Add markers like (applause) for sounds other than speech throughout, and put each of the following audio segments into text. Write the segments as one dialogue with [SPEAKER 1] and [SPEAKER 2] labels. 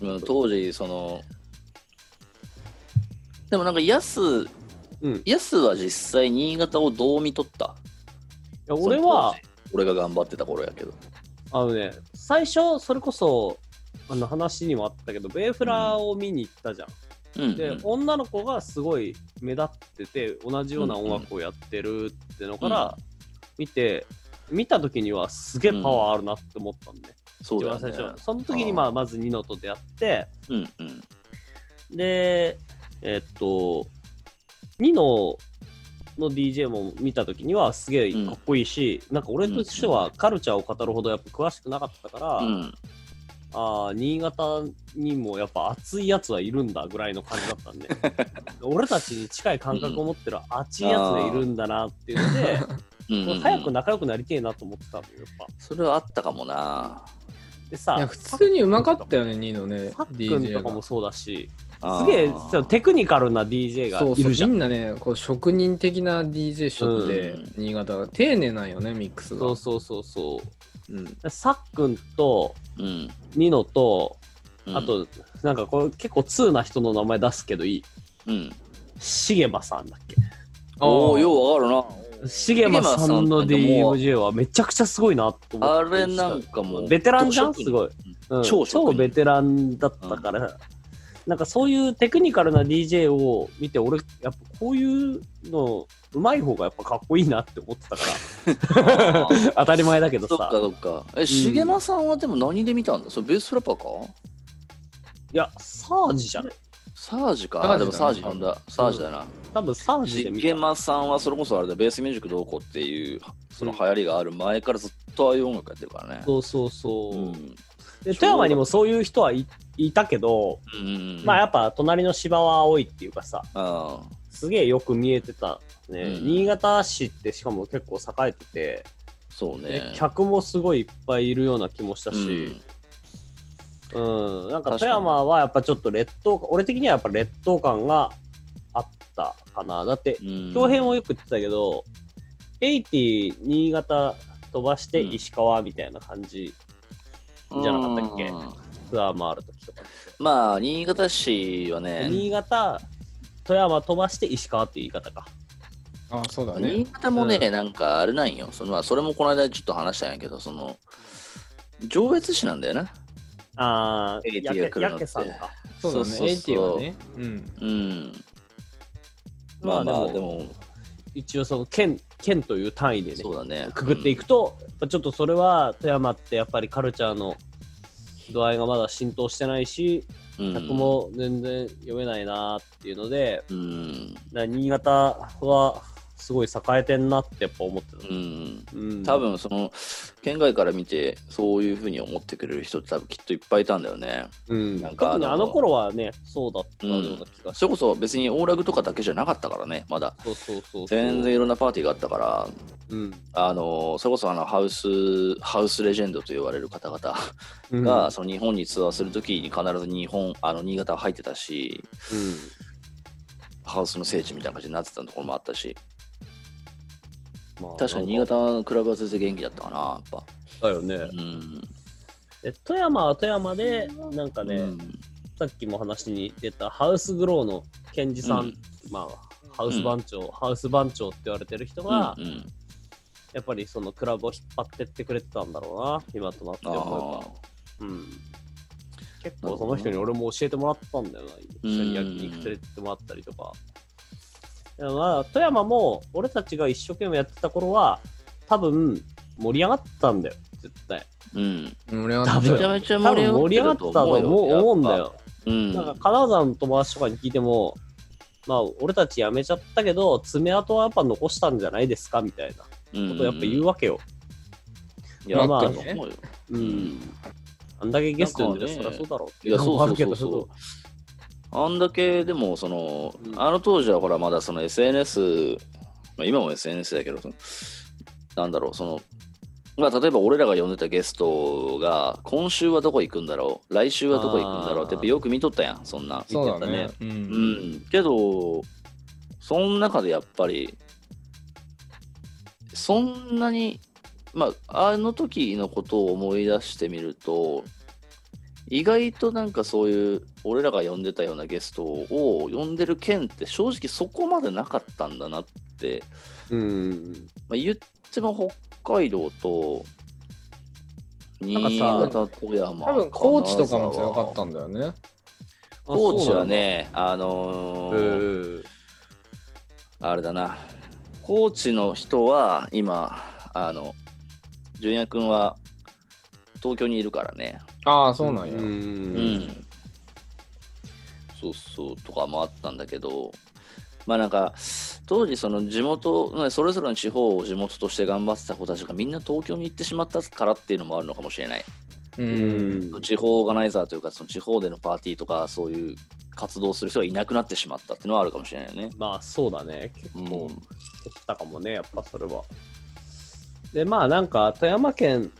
[SPEAKER 1] うん、当時、その、でもなんか、やす、
[SPEAKER 2] うん
[SPEAKER 1] やすは実際、新潟をどう見とった
[SPEAKER 2] や俺は、
[SPEAKER 1] 俺が頑張ってた頃やけど。
[SPEAKER 2] あのね、最初、それこそ、あの話にもあったけど、ベーフラーを見に行ったじゃん。
[SPEAKER 1] うん、うん。
[SPEAKER 2] で、女の子がすごい目立ってて、同じような音楽をやってるってのから見て、見た時にはすげえパワーあるなって思ったんで、
[SPEAKER 1] そう
[SPEAKER 2] 一
[SPEAKER 1] だよ
[SPEAKER 2] 番
[SPEAKER 1] ね
[SPEAKER 2] 最初。その時に、まあ、まずニノと出会って、
[SPEAKER 1] うんうん。
[SPEAKER 2] で、えっと、ニノの DJ も見たときにはすげえかっこいいし、なんか俺としてはカルチャーを語るほどやっぱ詳しくなかったから、
[SPEAKER 1] うん。
[SPEAKER 2] あー新潟にもやっぱ熱いやつはいるんだぐらいの感じだったん
[SPEAKER 1] (laughs)
[SPEAKER 2] で、俺たちに近い感覚を持ってる熱いやつがいるんだなっていうので、
[SPEAKER 1] うんうん
[SPEAKER 2] もう (laughs) 早く仲良くなりてえなと思ってたのよ、やっぱ。
[SPEAKER 1] それはあったかもな。
[SPEAKER 2] でさ
[SPEAKER 3] いや、、普通にうまかったよね、ニーのね
[SPEAKER 2] さっ、くん
[SPEAKER 3] DJ
[SPEAKER 2] とか
[SPEAKER 3] が
[SPEAKER 2] も。そうだし、
[SPEAKER 1] あー
[SPEAKER 2] すげえそうテクニカルな DJ が
[SPEAKER 3] そう
[SPEAKER 2] い
[SPEAKER 3] そう
[SPEAKER 2] るじゃん
[SPEAKER 3] み。んなね、こう職人的な DJ ショットで、
[SPEAKER 1] うん
[SPEAKER 3] 新潟が丁寧なんよね、ミックスが。
[SPEAKER 2] そうそうそうそう。
[SPEAKER 3] うん
[SPEAKER 2] さっくんと
[SPEAKER 1] うん。
[SPEAKER 2] ニノと、
[SPEAKER 1] うん
[SPEAKER 2] あ、と、なんかこれ結構通な人の名前出すけどいい。
[SPEAKER 1] うん。
[SPEAKER 2] シゲマさんだっ
[SPEAKER 1] おお、ようわかる
[SPEAKER 2] け。
[SPEAKER 1] な。
[SPEAKER 2] シゲマさんの
[SPEAKER 1] シゲマさんってもう
[SPEAKER 2] DMJ はめちゃくちゃすごいなと思
[SPEAKER 1] あ
[SPEAKER 2] って。
[SPEAKER 1] れなんかもう。
[SPEAKER 2] ベテランじゃん
[SPEAKER 1] 超職人
[SPEAKER 2] すごい。うん
[SPEAKER 1] 超職人
[SPEAKER 2] 超ベテランだったから、なんかそういうテクニカルな DJ を見て、俺、やっぱこういうの、うまい方がやっぱかっこいいなって思ってた (laughs) から。
[SPEAKER 1] あー
[SPEAKER 2] 当たり前だけど
[SPEAKER 1] そっか
[SPEAKER 2] さ。
[SPEAKER 1] そっか。え、しげまさんはでも何で見たんだそれベースラッパーか
[SPEAKER 2] いや、サージじゃん。
[SPEAKER 1] サージか。
[SPEAKER 3] サージだね
[SPEAKER 1] あでもサージ呼んだ。サージだな。
[SPEAKER 2] 多分サージ
[SPEAKER 1] し
[SPEAKER 2] で見
[SPEAKER 1] げ
[SPEAKER 2] た。
[SPEAKER 1] まさんはそれこそあれだ、ベースミュージックどうこうっていう、その流行りがある前からずっとああいう音楽やってるからね。
[SPEAKER 2] そうそうそう。
[SPEAKER 1] うん。
[SPEAKER 2] で富山にもそういう人はいいたけど、
[SPEAKER 1] うん。
[SPEAKER 2] まあやっぱ隣の芝は青いっていうかさ
[SPEAKER 1] あ
[SPEAKER 2] すげえよく見えてたね、
[SPEAKER 1] うん
[SPEAKER 2] 新潟市ってしかも結構栄えてて、
[SPEAKER 1] ーそうね
[SPEAKER 2] で。客もすごいいっぱいいるような気もしたし、うんなん
[SPEAKER 1] 確か
[SPEAKER 2] か
[SPEAKER 1] に
[SPEAKER 2] 富山はやっぱちょっと劣等感俺的にはやっぱ劣等感があったかなだって
[SPEAKER 1] うん、
[SPEAKER 2] 京編をよく言ってたけど、80新潟飛ばして石川みたいな感じ、じゃなかったっけ
[SPEAKER 1] うん
[SPEAKER 2] ツアー回る時とかって
[SPEAKER 1] まあ、新潟市はね、
[SPEAKER 2] 新潟、富山飛ばして石川っていう言い方か。
[SPEAKER 3] あ、そうだね
[SPEAKER 1] 新。潟もね、
[SPEAKER 2] う
[SPEAKER 1] なんかあれなんよ。そのまあ、それもこの間ちょっと話したんやけど、その、上越市なんだよな。
[SPEAKER 2] ああ、
[SPEAKER 1] AT が来
[SPEAKER 2] やけ
[SPEAKER 1] るの
[SPEAKER 2] やけさんか。
[SPEAKER 3] そうだ
[SPEAKER 1] そうそう
[SPEAKER 3] ね。
[SPEAKER 1] そう
[SPEAKER 3] 80はね。うん。
[SPEAKER 1] うん。まあま
[SPEAKER 2] まあ
[SPEAKER 1] あ、
[SPEAKER 2] で
[SPEAKER 1] で
[SPEAKER 2] も
[SPEAKER 1] も、
[SPEAKER 2] 一応その県、県という単位でね、
[SPEAKER 1] そうだね。
[SPEAKER 2] くぐっていくと、やっぱちょっとそれは富山ってやっぱりカルチャーの度合いがまだ浸透してないし、
[SPEAKER 1] うん、
[SPEAKER 2] 客も全然読めないなーっていうので、
[SPEAKER 1] うん。
[SPEAKER 2] だから新潟はすごい栄えてんなってやっぱ思ってた
[SPEAKER 1] う。ん。
[SPEAKER 2] うん
[SPEAKER 1] 多分その県外から見てそういうふうに思ってくれる人って多分きっといっぱいいたんだよね。
[SPEAKER 2] うん、
[SPEAKER 1] なんか
[SPEAKER 2] 特にあの頃はね、そうだったような気がし
[SPEAKER 1] それこそ別にオーラグとかだけじゃなかったからねまだ
[SPEAKER 2] そうそうそうそう。
[SPEAKER 1] 全然いろんなパーティーがあったから
[SPEAKER 2] うん、
[SPEAKER 1] あのそれこそあのハウスハウスレジェンドと言われる方々
[SPEAKER 2] うん
[SPEAKER 1] が、その日本にツアーするときに必ず日本あの新潟は入ってたし
[SPEAKER 2] うん
[SPEAKER 1] ハウスの聖地みたいな感じになってたところもあったし
[SPEAKER 2] まあ
[SPEAKER 1] 確かに新潟のクラブは全然元気だったかなやっぱ。
[SPEAKER 2] だよね。
[SPEAKER 1] うん
[SPEAKER 2] で富山は富山で、なんかね、
[SPEAKER 1] うん
[SPEAKER 2] さっきも話に出たハウスグローの賢治さん、
[SPEAKER 1] うん
[SPEAKER 2] まあ、ハウス番長、ハウス番長って言われてる人が、
[SPEAKER 1] うんうん
[SPEAKER 2] やっぱりそのクラブを引っ張ってってくれてたんだろうな、今となって
[SPEAKER 1] あ
[SPEAKER 2] 思
[SPEAKER 1] ー
[SPEAKER 2] えば。うん、結構その人に俺も教えてもらったんだよな、一緒に焼肉連れてってもらったりとか。いやまあ、富山も俺たちが一生懸命やってた頃は、多分盛り上がったんだよ、絶対。
[SPEAKER 1] うん
[SPEAKER 3] 俺は
[SPEAKER 2] 多
[SPEAKER 1] め
[SPEAKER 2] 分
[SPEAKER 1] ちゃめちゃ盛
[SPEAKER 2] 多分盛
[SPEAKER 1] り
[SPEAKER 2] り
[SPEAKER 1] 上
[SPEAKER 2] 上
[SPEAKER 1] が
[SPEAKER 2] が
[SPEAKER 1] っ
[SPEAKER 2] ってて
[SPEAKER 1] る
[SPEAKER 2] た
[SPEAKER 1] と
[SPEAKER 2] と思う思うんだ
[SPEAKER 1] やっ
[SPEAKER 2] よ。
[SPEAKER 1] ぱ。うん。
[SPEAKER 2] なんか金沢の友達とかに聞いても、まあ俺たち辞めちゃったけど、爪痕はやっぱ残したんじゃないですかみたいな
[SPEAKER 1] う
[SPEAKER 2] こ
[SPEAKER 1] ん
[SPEAKER 2] とやっぱ言うわけよ。
[SPEAKER 1] いや、ま
[SPEAKER 2] ま
[SPEAKER 1] あ、
[SPEAKER 2] あ
[SPEAKER 1] 思うよ。
[SPEAKER 2] うんん。あんだけゲストに出た
[SPEAKER 1] なん
[SPEAKER 2] ら
[SPEAKER 1] か
[SPEAKER 2] そ
[SPEAKER 1] ね
[SPEAKER 2] りゃそうだろう
[SPEAKER 1] いや、そうそうそう
[SPEAKER 2] そ
[SPEAKER 1] そう。あんだけ、でも、その
[SPEAKER 2] う、ん
[SPEAKER 1] あの当時はほら、まだその SNS、まあ、今も SNS だけど、そのなんだろう、その、まあ、例えば俺らが呼んでたゲストが、今週はどこ行くんだろう、来週はどこ行くんだろうって、やっぱよく見とったやん、そんな。
[SPEAKER 3] そうだ
[SPEAKER 2] 見
[SPEAKER 3] ね
[SPEAKER 2] て。
[SPEAKER 3] う。
[SPEAKER 1] うんん。けど、その中でやっぱり、そんなに、まあ、あの時のことを思い出してみると、意外となんかそういう俺らが呼んでたようなゲストを呼んでる件って正直そこまでなかったんだなって、
[SPEAKER 2] うん。
[SPEAKER 1] まあ、言っても北海道と
[SPEAKER 3] んかさ
[SPEAKER 1] 新潟富山
[SPEAKER 3] 多分高知とかも
[SPEAKER 1] 金沢
[SPEAKER 3] 強かったんだよね。
[SPEAKER 1] 高知はねあの
[SPEAKER 2] そ
[SPEAKER 1] ー
[SPEAKER 2] うなんだ。うん
[SPEAKER 1] あれだな高知の人は今あの純也君は東京にいるからね
[SPEAKER 3] ああ、そうなんや。
[SPEAKER 2] う。
[SPEAKER 1] うんんそうそうとかもあったんだけどまあなんか当時その地元ねそれぞれの地方を地元として頑張ってた子たちがみんな東京に行ってしまったからっていうのもあるのかもしれない
[SPEAKER 3] うん
[SPEAKER 2] うん。
[SPEAKER 1] 地方オーガナイザーというかその地方でのパーティーとかそういう活動する人がいなくなってしまったっていうのはあるかもしれないよね
[SPEAKER 2] まあそうだね。結構
[SPEAKER 1] も
[SPEAKER 2] 減ったかもね、やっぱそれは。で、まあなんか富山県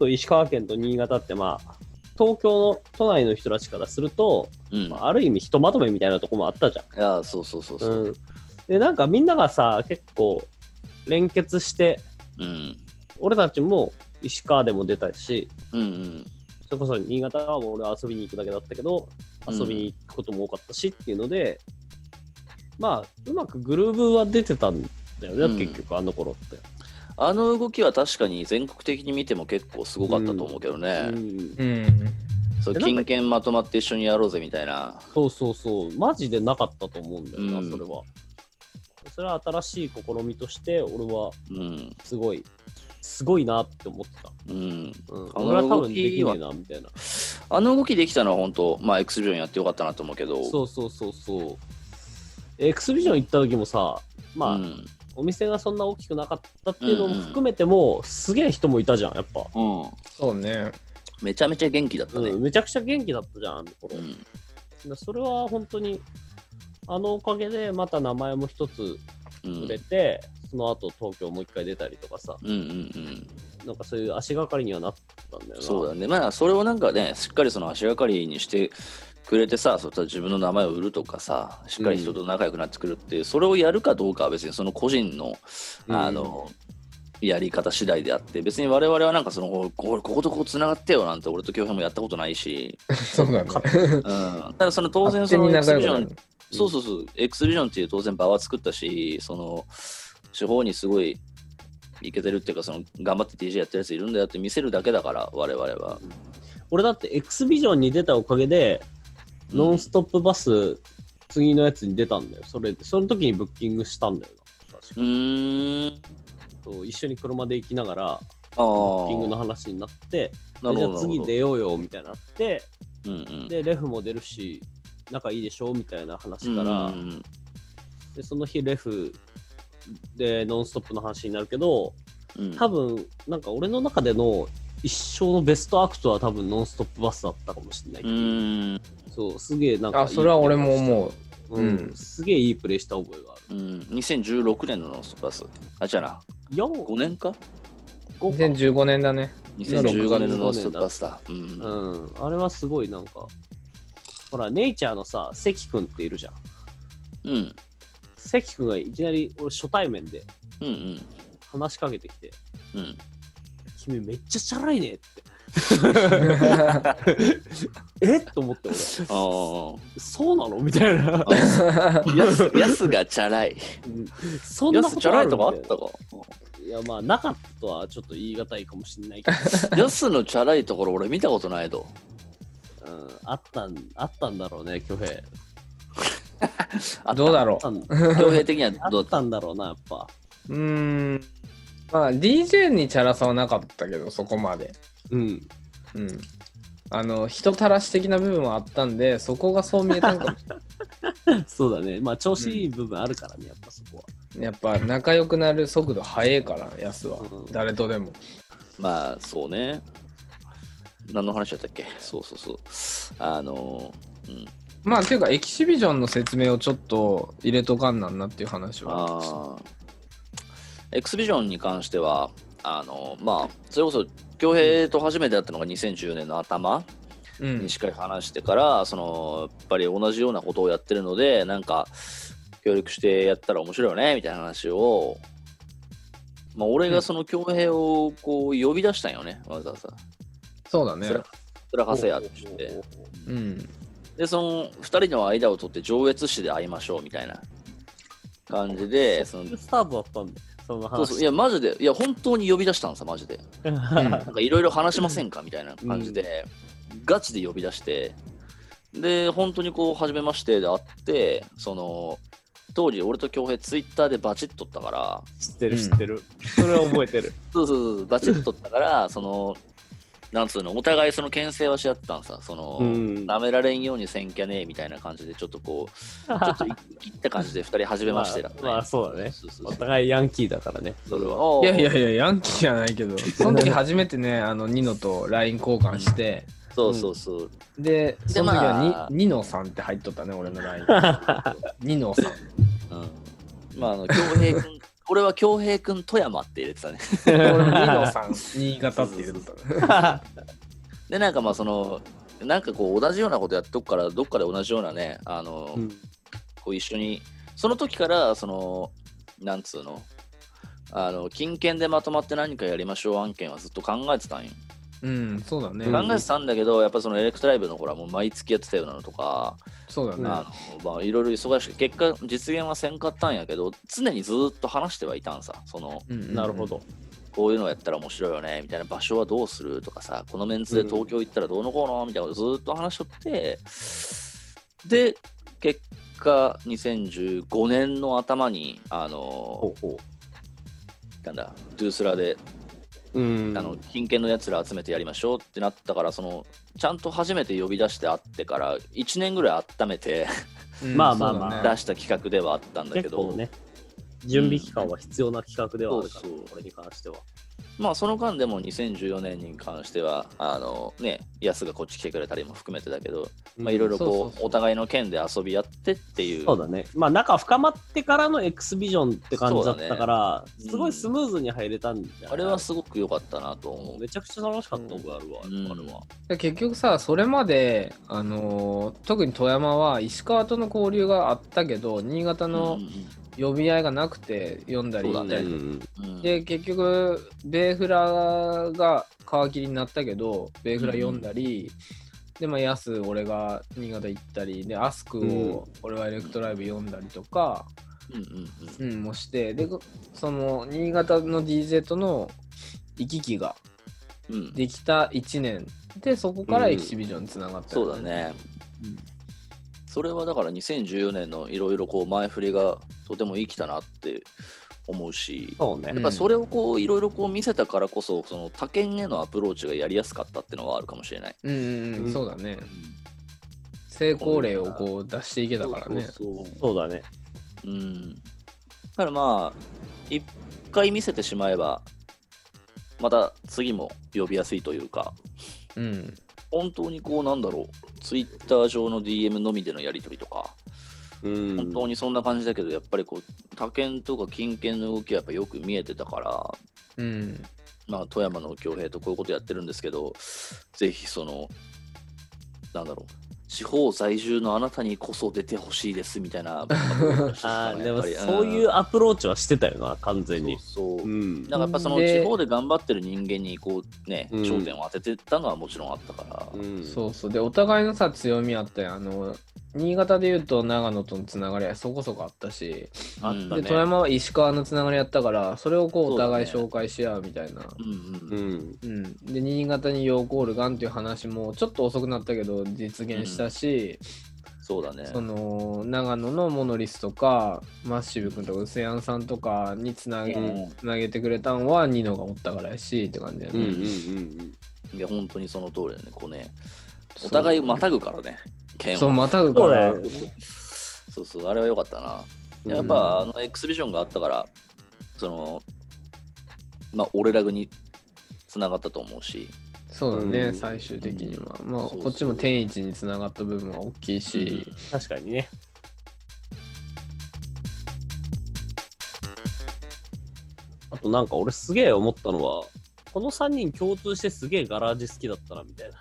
[SPEAKER 2] と石川県と新潟ってまあ、東京の都内の人たちからすると、
[SPEAKER 1] う、うん、
[SPEAKER 2] ま
[SPEAKER 1] あ
[SPEAKER 2] あ、ある意味ひとまとめみたいなとこもあったじゃん。
[SPEAKER 1] いやそうそうそうそう、
[SPEAKER 2] うん、でなんかみんながさ結構連結して
[SPEAKER 1] うん、
[SPEAKER 2] 俺たちも石川でも出たし
[SPEAKER 1] うんうん
[SPEAKER 2] それこそ新潟はもう俺は遊びに行くだけだったけど
[SPEAKER 1] うん
[SPEAKER 2] 遊びに行くことも多かったしっていうので、まあうまくグルーブは出てたんだよね、
[SPEAKER 1] うん
[SPEAKER 2] 結局あの頃って、
[SPEAKER 1] あの動きは確かに全国的に見ても結構すごかったと思うけどね、
[SPEAKER 2] うん
[SPEAKER 3] うん。
[SPEAKER 1] そう
[SPEAKER 2] でなん
[SPEAKER 1] 金
[SPEAKER 2] か
[SPEAKER 1] 券まとまって一緒にやろうぜみたいな
[SPEAKER 2] そうそうそうマジでなかったと思うんだよな、
[SPEAKER 1] うん
[SPEAKER 2] それはそれは新しい試みとして俺は
[SPEAKER 1] うん
[SPEAKER 2] すごいすごいなって思ってた、
[SPEAKER 1] うん
[SPEAKER 2] うん、
[SPEAKER 1] あの
[SPEAKER 2] 俺は多分できねえなみたいな
[SPEAKER 1] あの動きできたのは本当まあエクスビジョンやってよかったなと思うけど
[SPEAKER 2] そうそうそうそう。エクスビジョン行った時もさ、まあ、
[SPEAKER 1] うん
[SPEAKER 2] お店がそんな大きくなかったっていうのも含めても、すげえ人もいたじゃん、やっぱ。
[SPEAKER 1] うん
[SPEAKER 3] そうね。
[SPEAKER 1] めちゃめちゃ元気だったね
[SPEAKER 2] うん、めちゃくちゃ元気だったじゃん、あの
[SPEAKER 1] う
[SPEAKER 2] 頃。
[SPEAKER 1] ん
[SPEAKER 2] でそれは本当に、あのおかげでまた名前も一つ
[SPEAKER 1] うんうん
[SPEAKER 2] 売れて、その後東京もう一回出たりとかさ、
[SPEAKER 1] うんうん
[SPEAKER 2] なんかそういう足がかりにはなったんだよな。
[SPEAKER 1] そうだねまあそれをなんかねしっかりその足がかりにしてくれてさそしたら自分の名前を売るとかさしっかり人と仲良くなってくるっていう、それをやるかどうかは別にその個人のあの、やり方次第であって別に我々はなんかそのこここことここつながってよなんて俺と京平もやったことない
[SPEAKER 3] (laughs)
[SPEAKER 1] し、
[SPEAKER 3] そうだね。
[SPEAKER 1] うん、ただその当然そ
[SPEAKER 3] 勝手
[SPEAKER 1] のエクスビジョ
[SPEAKER 3] に仲良くな
[SPEAKER 1] ン
[SPEAKER 3] る。
[SPEAKER 1] そうそうそう、エクスビジョンっていう当然場は作ったし、その地方にすごいいけてるっていうか、その頑張って DJ やってるやついるんだよって見せるだけだから、我々は。
[SPEAKER 2] 俺だってエクスビジョンに出たおかげで、ノンストップバス、次のやつに出たんだよ。それ、その時にブッキングしたんだよな。確か
[SPEAKER 1] うーん。
[SPEAKER 2] そう一緒に車で行きながら、
[SPEAKER 1] あ
[SPEAKER 2] ブッキングの
[SPEAKER 1] あ。
[SPEAKER 2] 話になって、
[SPEAKER 1] な
[SPEAKER 2] で
[SPEAKER 1] る
[SPEAKER 2] じゃ
[SPEAKER 1] ほ
[SPEAKER 2] あ
[SPEAKER 1] ど。
[SPEAKER 2] 次
[SPEAKER 1] なる
[SPEAKER 2] 出ようよみたいになって、
[SPEAKER 1] ほど。うんうん。
[SPEAKER 2] で、レフも出るし、仲いいでしょみたいな
[SPEAKER 1] う
[SPEAKER 2] 話
[SPEAKER 1] んう
[SPEAKER 2] か
[SPEAKER 1] ん
[SPEAKER 2] ら、
[SPEAKER 1] うん
[SPEAKER 2] でその日、レフでノンストップの話になるけど、
[SPEAKER 1] うん、
[SPEAKER 2] 多分なんか俺の中での一生のベストアクトは多分ノンストップバスだったかもしれない。
[SPEAKER 1] うーん、
[SPEAKER 2] そう、すげえなんかいい
[SPEAKER 3] あ、それは俺も思
[SPEAKER 2] うん
[SPEAKER 3] う。うん
[SPEAKER 2] すげえいいプレイした覚えがある。
[SPEAKER 1] うん、2016年のノンストップバス。あ、じゃあな、
[SPEAKER 2] 4
[SPEAKER 1] 5年か
[SPEAKER 3] 2015年だ (laughs) ね。
[SPEAKER 1] ?2015 年のノンストップバスだ。うん。うん
[SPEAKER 2] うん、あれはすごいなんか、ほら、ネイチャーのさ、関君っているじゃ
[SPEAKER 1] う
[SPEAKER 2] ん。
[SPEAKER 1] ん。
[SPEAKER 2] 関君がいきなり俺初対面で
[SPEAKER 1] うんうん。
[SPEAKER 2] 話しかけてきて、
[SPEAKER 1] うん。
[SPEAKER 2] 君めっちゃチャラいねって。えっと思って
[SPEAKER 1] あ
[SPEAKER 2] 俺、
[SPEAKER 1] ー
[SPEAKER 2] そうなのみたいな。 (laughs)
[SPEAKER 1] あー。やすやすがチャラい。
[SPEAKER 2] そん
[SPEAKER 1] や
[SPEAKER 2] な
[SPEAKER 1] す
[SPEAKER 2] こ
[SPEAKER 1] チャ
[SPEAKER 2] と
[SPEAKER 1] ラ
[SPEAKER 2] あ
[SPEAKER 1] い
[SPEAKER 2] る
[SPEAKER 1] とかあっ
[SPEAKER 2] みたいな
[SPEAKER 1] たか
[SPEAKER 2] いや、まあ、なかったとはちょっと言い難いかもしれないけ
[SPEAKER 1] ヤスのチャラいところ俺見たことないと。
[SPEAKER 2] ど、うん、あったん、あったんだろうね、挙兵。
[SPEAKER 3] どうだ
[SPEAKER 1] ろ
[SPEAKER 2] あ
[SPEAKER 3] ろ
[SPEAKER 2] ったん (laughs)
[SPEAKER 1] う強兵的には
[SPEAKER 2] あ
[SPEAKER 1] どう
[SPEAKER 2] っ
[SPEAKER 1] だった
[SPEAKER 2] たんだろうな、やっぱ。
[SPEAKER 3] う。うーん。まあ、DJ にチャラさはなかったけど、そこまで。
[SPEAKER 2] うん。
[SPEAKER 3] うん。あの、人たらし的な部分はあったんで、そこがそう見えたんかもし
[SPEAKER 2] そうだね。まあ、調子いい部分あるからね、やっぱそこは。
[SPEAKER 3] れない。やっぱ、仲良くなる速度早いから、やすは
[SPEAKER 2] うん。
[SPEAKER 3] 誰とでも。
[SPEAKER 1] まあそうね。何の話だったっけそうそうそう。あのー、うん。
[SPEAKER 3] まあ、ていうか、エキシビジョンの説明をちょっと入れとかんなんなっていう話は。
[SPEAKER 1] あエクスビジョンに関しては、あのーまあ、それこそ、恭平と初めて会ったのが2010年の頭
[SPEAKER 3] うん
[SPEAKER 1] にしっかり話してから、その、やっぱり同じようなことをやってるので、なんか、協力してやったら面白いよね、みたいな話を、まあ、俺がその恭平をこう呼び出したんよね、わざわざ。
[SPEAKER 3] そうだね。
[SPEAKER 1] それ倉はせやって言って、 (laughs)
[SPEAKER 3] うん。
[SPEAKER 1] で、その2人の間を取って上越市で会いましょうみたいな感じで、その
[SPEAKER 2] スタートだったんで、その話。
[SPEAKER 1] そうそういや、マジで、いや、本当に呼び出したんさ、マジで。なんかいろいろ話しませんかみたいな感じで、ガチで呼び出して、で、本当にこう、初めましてで会って、その、当時、俺と恭平、ツイッターでバチッとったから、
[SPEAKER 2] 知ってる、知ってる。それは覚えてる。
[SPEAKER 1] そうそうそうそう、バチッとったから、その、なんつうの、お互いその牽制はし合ってたんさ、その、
[SPEAKER 2] (laughs) うん
[SPEAKER 1] 舐められんようにせんきゃねえみたいな感じで、ちょっとこう、
[SPEAKER 2] (laughs)
[SPEAKER 1] ちょっと切った感じで、二人初めましてだった、
[SPEAKER 2] まあまあそうだね
[SPEAKER 1] そうそう
[SPEAKER 2] お
[SPEAKER 1] そう
[SPEAKER 2] 互いヤンキーだからね、それは。
[SPEAKER 1] おー
[SPEAKER 3] いやいやいや、ヤンキーじゃないけど、その時初めてね、あ (laughs) の、ニノと LINE 交換して、
[SPEAKER 1] そうそうそう。
[SPEAKER 3] で、その時
[SPEAKER 1] まあ
[SPEAKER 3] はにニノさんって入っとったね、俺の LINE。ニノさん。
[SPEAKER 1] うん。 (laughs) まあ、あの、恭平君、俺は恭平君富山って入れてたね。
[SPEAKER 3] 俺もニノさん、 (laughs) 新潟って言うとったね。
[SPEAKER 1] で、なんかまあ、その、なんかこう、同じようなことやっとくから、どっかで同じようなね、あの、
[SPEAKER 2] うん
[SPEAKER 1] こう一緒にその時からそのなんつうのあの金券でまとまって何かやりましょう案件はずっと考えてたんよ、
[SPEAKER 3] うん、そうだね。
[SPEAKER 1] 考えてたんだけどやっぱそのエレクトライブのほらもう毎月やってたようなのとか、
[SPEAKER 3] そうだね。
[SPEAKER 1] あのまあいろいろ忙しく結果実現はせんかったんやけど常にずっと話してはいたんさその
[SPEAKER 3] うんうんうん
[SPEAKER 2] なるほ。ど。
[SPEAKER 1] こういうのやったら面白いよねみたいな場所はどうするとかさこのメンツで東京行ったらどうのこうのみたいなことずっと話しとってで結果2015年の頭にあの
[SPEAKER 2] うほ
[SPEAKER 1] なんだドゥースラで、
[SPEAKER 2] う。うん。
[SPEAKER 1] あの金券のやつら集めてやりましょうってなったからそのちゃんと初めて呼び出して会ってから1年ぐらい温めて
[SPEAKER 3] うん
[SPEAKER 2] まあまあまあ
[SPEAKER 3] そうだ
[SPEAKER 1] 出
[SPEAKER 3] ね
[SPEAKER 1] した企画ではあったんだけ
[SPEAKER 2] 結
[SPEAKER 1] ど
[SPEAKER 2] 構ね、準備期間は必要な企画ではあるから、
[SPEAKER 1] そうそう
[SPEAKER 2] これに関しては。
[SPEAKER 1] まあその間でも2014年に関してはあのね安がこっち来てくれたりも含めてだけどまあ、いろいろ
[SPEAKER 3] そう
[SPEAKER 1] こ
[SPEAKER 3] そう
[SPEAKER 1] う、
[SPEAKER 3] そう
[SPEAKER 1] お互いの件で遊びやってっていう。
[SPEAKER 2] そうだね。まあ、仲深まってからのエクスビジョンって感じだったか
[SPEAKER 1] そ
[SPEAKER 2] ら、
[SPEAKER 1] うだね
[SPEAKER 2] すごいスムーズに入れたんじゃない
[SPEAKER 1] あれはすごく良かったなと思う。
[SPEAKER 2] めちゃくちゃ楽しかった覚えあるわ、
[SPEAKER 1] うん
[SPEAKER 2] あれは。
[SPEAKER 3] で結局さ、それまで、あのー特に富山は石川との交流があったけど、新潟の呼び合いがなくて読んだり
[SPEAKER 1] そうだね
[SPEAKER 3] 行ったり
[SPEAKER 1] うんうん
[SPEAKER 3] で結局ベーフラが皮切りになったけどベーフラ読んだり、でまあヤス俺が新潟行ったりでアスクを俺はエレクトライブ読んだりとか、
[SPEAKER 1] うんうんうん
[SPEAKER 3] うんもしてでその新潟の DJ との行き来が
[SPEAKER 1] うん
[SPEAKER 3] できた1年でそこからエキシビジョンにつながった
[SPEAKER 1] そ
[SPEAKER 3] よ、
[SPEAKER 1] うだね。それはだから2014年のいろいろこう前振りがとても生きたなって思うし、
[SPEAKER 2] そうね
[SPEAKER 1] やっ。ぱそれをこういろいろこう見せたからこそ、その他県へのアプローチがやりやすかったってのはあるかもしれない。
[SPEAKER 3] うんうんうん、
[SPEAKER 2] うん
[SPEAKER 3] そうだね成功例をこう出していけたからね
[SPEAKER 1] そうそうそう
[SPEAKER 2] そうだね。
[SPEAKER 1] うん。だからまあ、一回見せてしまえば、また次も呼びやすいというか、
[SPEAKER 3] うん
[SPEAKER 1] 本当にこうなんだろう、ツイッター上の DM のみでのやり取りとか、
[SPEAKER 2] うん
[SPEAKER 1] 本当にそんな感じだけど、やっぱりこう、他県とか近県の動きはやっぱよく見えてたから、
[SPEAKER 3] うん
[SPEAKER 1] まあ、富山の京平とこういうことやってるんですけど、ぜひその、なんだろう、地方在住のあなたにこそ出てほしいですみたい
[SPEAKER 2] (laughs)
[SPEAKER 1] な。
[SPEAKER 2] あーでも
[SPEAKER 1] やっぱりん
[SPEAKER 2] そういうアプローチはしてたよな、完全に。
[SPEAKER 1] そうそう
[SPEAKER 2] うん
[SPEAKER 1] だからやっぱその
[SPEAKER 3] で
[SPEAKER 1] 地方で頑張ってる人間にこうね、
[SPEAKER 2] うん
[SPEAKER 1] 焦点を当ててたのはもちろんあったから、
[SPEAKER 3] そうそうでお互いのさ強みあったよあの新潟でいうと長野とのつながりはそこそこあったし
[SPEAKER 2] あった
[SPEAKER 3] で
[SPEAKER 2] ね
[SPEAKER 3] 富山は石川のつながりあったからそれをこう
[SPEAKER 1] そ
[SPEAKER 3] お
[SPEAKER 1] うだね
[SPEAKER 3] 互い紹介し合うみたいなう,、
[SPEAKER 1] うんうん
[SPEAKER 2] う、ん。
[SPEAKER 3] んで新潟にヨーコールガンっていう話もちょっと遅くなったけど実現したし、
[SPEAKER 1] そうだね
[SPEAKER 3] その長野のモノリスとかマッシブ君とかウセヤンさんとかにつなげ,、
[SPEAKER 1] うん
[SPEAKER 3] つなげてくれたんはニノがおったからやしって感じだよ
[SPEAKER 2] うんうん
[SPEAKER 3] ね、
[SPEAKER 2] うん
[SPEAKER 1] いや本当にその通りだねこうねお互いまたぐからね剣
[SPEAKER 3] そう
[SPEAKER 1] を
[SPEAKER 3] またぐ
[SPEAKER 2] そ
[SPEAKER 3] か
[SPEAKER 2] うだ
[SPEAKER 3] ら
[SPEAKER 2] よね
[SPEAKER 1] そうそうあれは良かったな、
[SPEAKER 2] うん
[SPEAKER 1] やっぱあのエクスビジョンがあったからそのまあ俺らにつながったと思うし、
[SPEAKER 3] そうだね、
[SPEAKER 2] うん
[SPEAKER 3] 最終的には。ま
[SPEAKER 1] そ
[SPEAKER 3] あ、
[SPEAKER 1] うそう
[SPEAKER 3] こっちも天一につながった部分は大きいし、
[SPEAKER 2] 確かにね。あとなんか俺すげえ思ったのは、この3人共通してすげえガラージ好きだったなみたいな。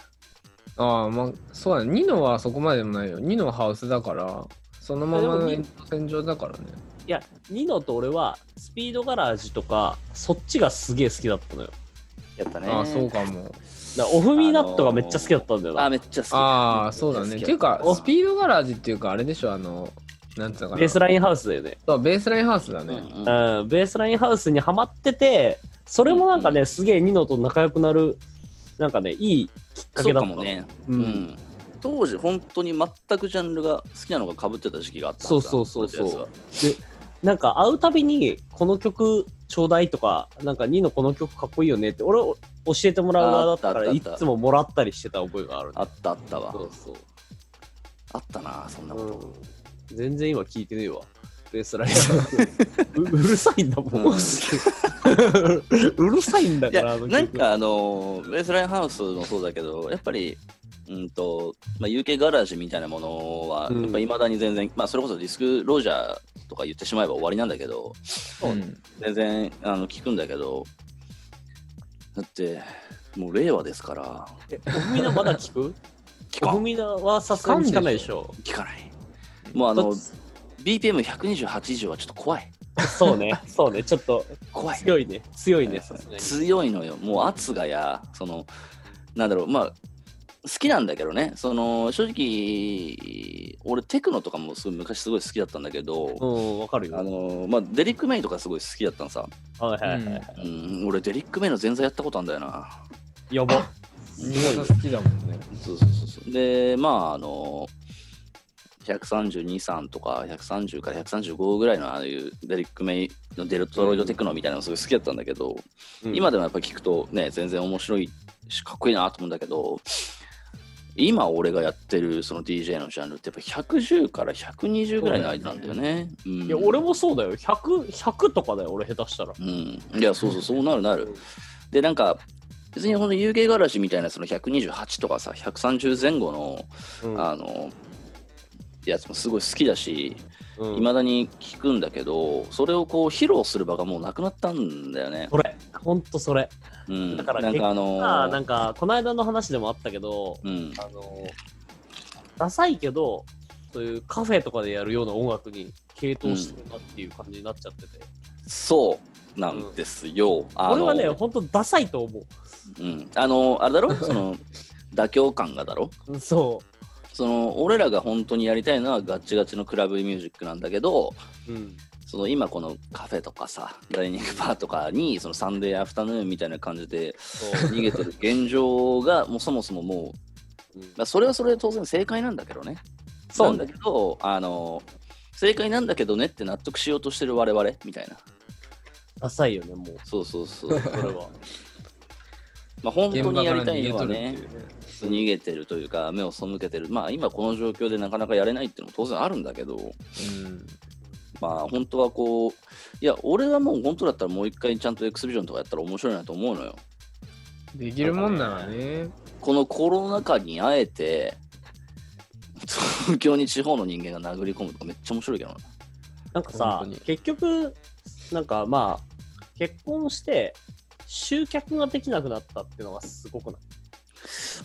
[SPEAKER 3] ああ、まあ、そうだね、ニノはそこまででもないよ。ニノはハウスだから、そのままの
[SPEAKER 2] えでもニ
[SPEAKER 3] 延長線上だからね。
[SPEAKER 2] いや、ニノと俺はスピードガラージとか、そっちがすげえ好きだったのよ。
[SPEAKER 1] やったね
[SPEAKER 3] ああ、そうかも。
[SPEAKER 2] だからオフミナットがめっちゃ好きだったんだよな。
[SPEAKER 1] あ、めっちゃ好き。
[SPEAKER 3] ああ、そうだね。っていうか、
[SPEAKER 1] お
[SPEAKER 3] スピードガラージっていうか、あれでしょ、あの、なんつうのかな。
[SPEAKER 2] ベースラインハウスだよね。
[SPEAKER 3] そう、ベースラインハウスだね。
[SPEAKER 1] うんうん
[SPEAKER 2] うん、ベースラインハウスにはまってて、それもなんか
[SPEAKER 1] う
[SPEAKER 2] ね、すげえニノと仲良くなる、なんかね、いいきっか
[SPEAKER 1] そ
[SPEAKER 2] け
[SPEAKER 1] う
[SPEAKER 2] だ
[SPEAKER 1] か
[SPEAKER 2] った。
[SPEAKER 1] もね。
[SPEAKER 2] う
[SPEAKER 1] うんん。当時、本当に全くジャンルが好きなのが被ってた時期があった
[SPEAKER 2] そ
[SPEAKER 1] は
[SPEAKER 2] う
[SPEAKER 1] ずだ
[SPEAKER 2] そうそうそう
[SPEAKER 1] 俺たちは
[SPEAKER 2] なんか会うたびに、この曲ちょうだいとか、なんかニノこの曲かっこいいよねって、俺教えてもらう側だったか
[SPEAKER 1] あ
[SPEAKER 2] ら、
[SPEAKER 1] あ
[SPEAKER 2] い
[SPEAKER 1] ったあった
[SPEAKER 2] つももらったりしてた覚えがあるね。
[SPEAKER 1] あったあったわ
[SPEAKER 2] そ。うそう。
[SPEAKER 1] あったな、そんなこと。
[SPEAKER 2] うん、全然今聞いてねえわ。ベースライン (laughs) ハウスう (laughs) うるさいんだもん。
[SPEAKER 1] う
[SPEAKER 2] うるさいんだ
[SPEAKER 1] い
[SPEAKER 2] か
[SPEAKER 1] や、
[SPEAKER 2] ら、あの曲
[SPEAKER 1] なんかあのー、ベースラインハウスもそうだけど、やっぱり、うんと、まあ、UK ガラージみたいなものは、
[SPEAKER 2] うん
[SPEAKER 1] やっぱ未だに全然、まあ、それこそディスクロージャーとか言ってしまえば終わりなんだけど、
[SPEAKER 3] うん
[SPEAKER 1] 全然、あの、聞くんだけど、だって、もう令和ですから、
[SPEAKER 2] えオフミナまだ (laughs) 聞く
[SPEAKER 1] 聞
[SPEAKER 2] オ
[SPEAKER 1] か
[SPEAKER 2] フ
[SPEAKER 1] ん
[SPEAKER 2] ミナはさすがに聞かないでしょ。
[SPEAKER 1] 聞かない。もうあの、BPM128 以上はちょっと怖い。
[SPEAKER 2] そうね、そうね、ちょっと
[SPEAKER 1] 怖い。
[SPEAKER 2] 強いね、強いね、さ
[SPEAKER 1] (laughs)
[SPEAKER 2] すがに。
[SPEAKER 1] 強いのよもう圧がやそのなんだろうまあ好きなんだけどねその正直俺テクノとかもすごい昔すごい好きだったんだけ
[SPEAKER 2] う
[SPEAKER 1] ど、
[SPEAKER 2] ん、わかるよ。
[SPEAKER 1] あのまあ、デリック・メイとかすごい好きだったのさ、
[SPEAKER 2] はいはいはい。
[SPEAKER 1] うん、俺デリック・メイの前座やったことあんだよな
[SPEAKER 2] やば。
[SPEAKER 3] 新潟好きだもんね。
[SPEAKER 1] そうそうそうそうでまああの1323とか130から135ぐらいのああいうデリック・メイのデルトロイドテクノみたいなのすごい好きだったんだけど、今でもやっぱ聞くとね全然面白いしかっこいいなと思うんだけど今俺がやってるその DJ のジャンルってやっぱ110から120ぐらいの間なんだよね。うん、
[SPEAKER 2] いや、俺もそうだよ。100、100とかだよ、俺下手したら。
[SPEAKER 1] うん、いやそうそうそうなるなる。でなんか別にほんと UK ガラシみたいなその128とかさ130前後の、
[SPEAKER 2] うん
[SPEAKER 1] あのやつもすごい好きだし
[SPEAKER 2] うん
[SPEAKER 1] いまだに聞くんだけどそれをこう披露する場がもうなくなったんだよね。
[SPEAKER 2] それ、ほんとそれ。
[SPEAKER 1] うん、
[SPEAKER 2] だから
[SPEAKER 1] なんかあの
[SPEAKER 2] ああ、なんか、この間の話でもあったけど、
[SPEAKER 1] うん、
[SPEAKER 2] あの、ダサいけど、そういうカフェとかでやるような音楽に傾倒してるなっていう感じになっちゃってて。
[SPEAKER 1] そうなんですよ。あの
[SPEAKER 2] 俺はね、ほんとダサいと思
[SPEAKER 1] うん、あの、あれだ
[SPEAKER 2] (laughs)
[SPEAKER 1] ろ、その妥協感がだろ。
[SPEAKER 2] う。そ
[SPEAKER 1] その俺らが本当にやりたいのはガッチガチのクラブミュージックなんだけど、
[SPEAKER 2] う。うん。
[SPEAKER 1] その今このカフェとかさ、ダイニングバーとかにそのサンデーアフタヌーンみたいな感じで
[SPEAKER 2] そう。
[SPEAKER 1] 逃げてる現状がもうそもそももう、まあ、それはそれで当然正解なんだけどね。
[SPEAKER 2] そう
[SPEAKER 1] なんだけど、あの、正解なんだけどねって納得しようとしてる我々みたいな。
[SPEAKER 2] ダサいよね、もう。
[SPEAKER 1] そうそう (laughs) そう。
[SPEAKER 2] それ (laughs) は。
[SPEAKER 1] まあ本当
[SPEAKER 3] 現場
[SPEAKER 1] に
[SPEAKER 3] か
[SPEAKER 1] や
[SPEAKER 3] ら
[SPEAKER 1] りた
[SPEAKER 3] 逃
[SPEAKER 1] い
[SPEAKER 3] げ
[SPEAKER 1] の
[SPEAKER 3] と
[SPEAKER 1] は
[SPEAKER 3] るってい
[SPEAKER 1] ね
[SPEAKER 3] う。。
[SPEAKER 1] 逃げてるというか目を背けてるまあ今この状況でなかなかやれないっていうのも当然あるんだけど
[SPEAKER 3] うん。
[SPEAKER 1] まあ本当はこういや俺はもう本当だったらもう一回ちゃんとエクスビジョンとかやったら面白いなと思うのよ
[SPEAKER 3] できるもんならね。
[SPEAKER 1] このコロナ禍にあえて東京に地方の人間が殴り込むとかめっちゃ面白いけどな
[SPEAKER 2] なんかさ
[SPEAKER 3] 本当に、
[SPEAKER 2] 結局、なんかまあ、結婚して、集客ができなくなったっていうのがすごくない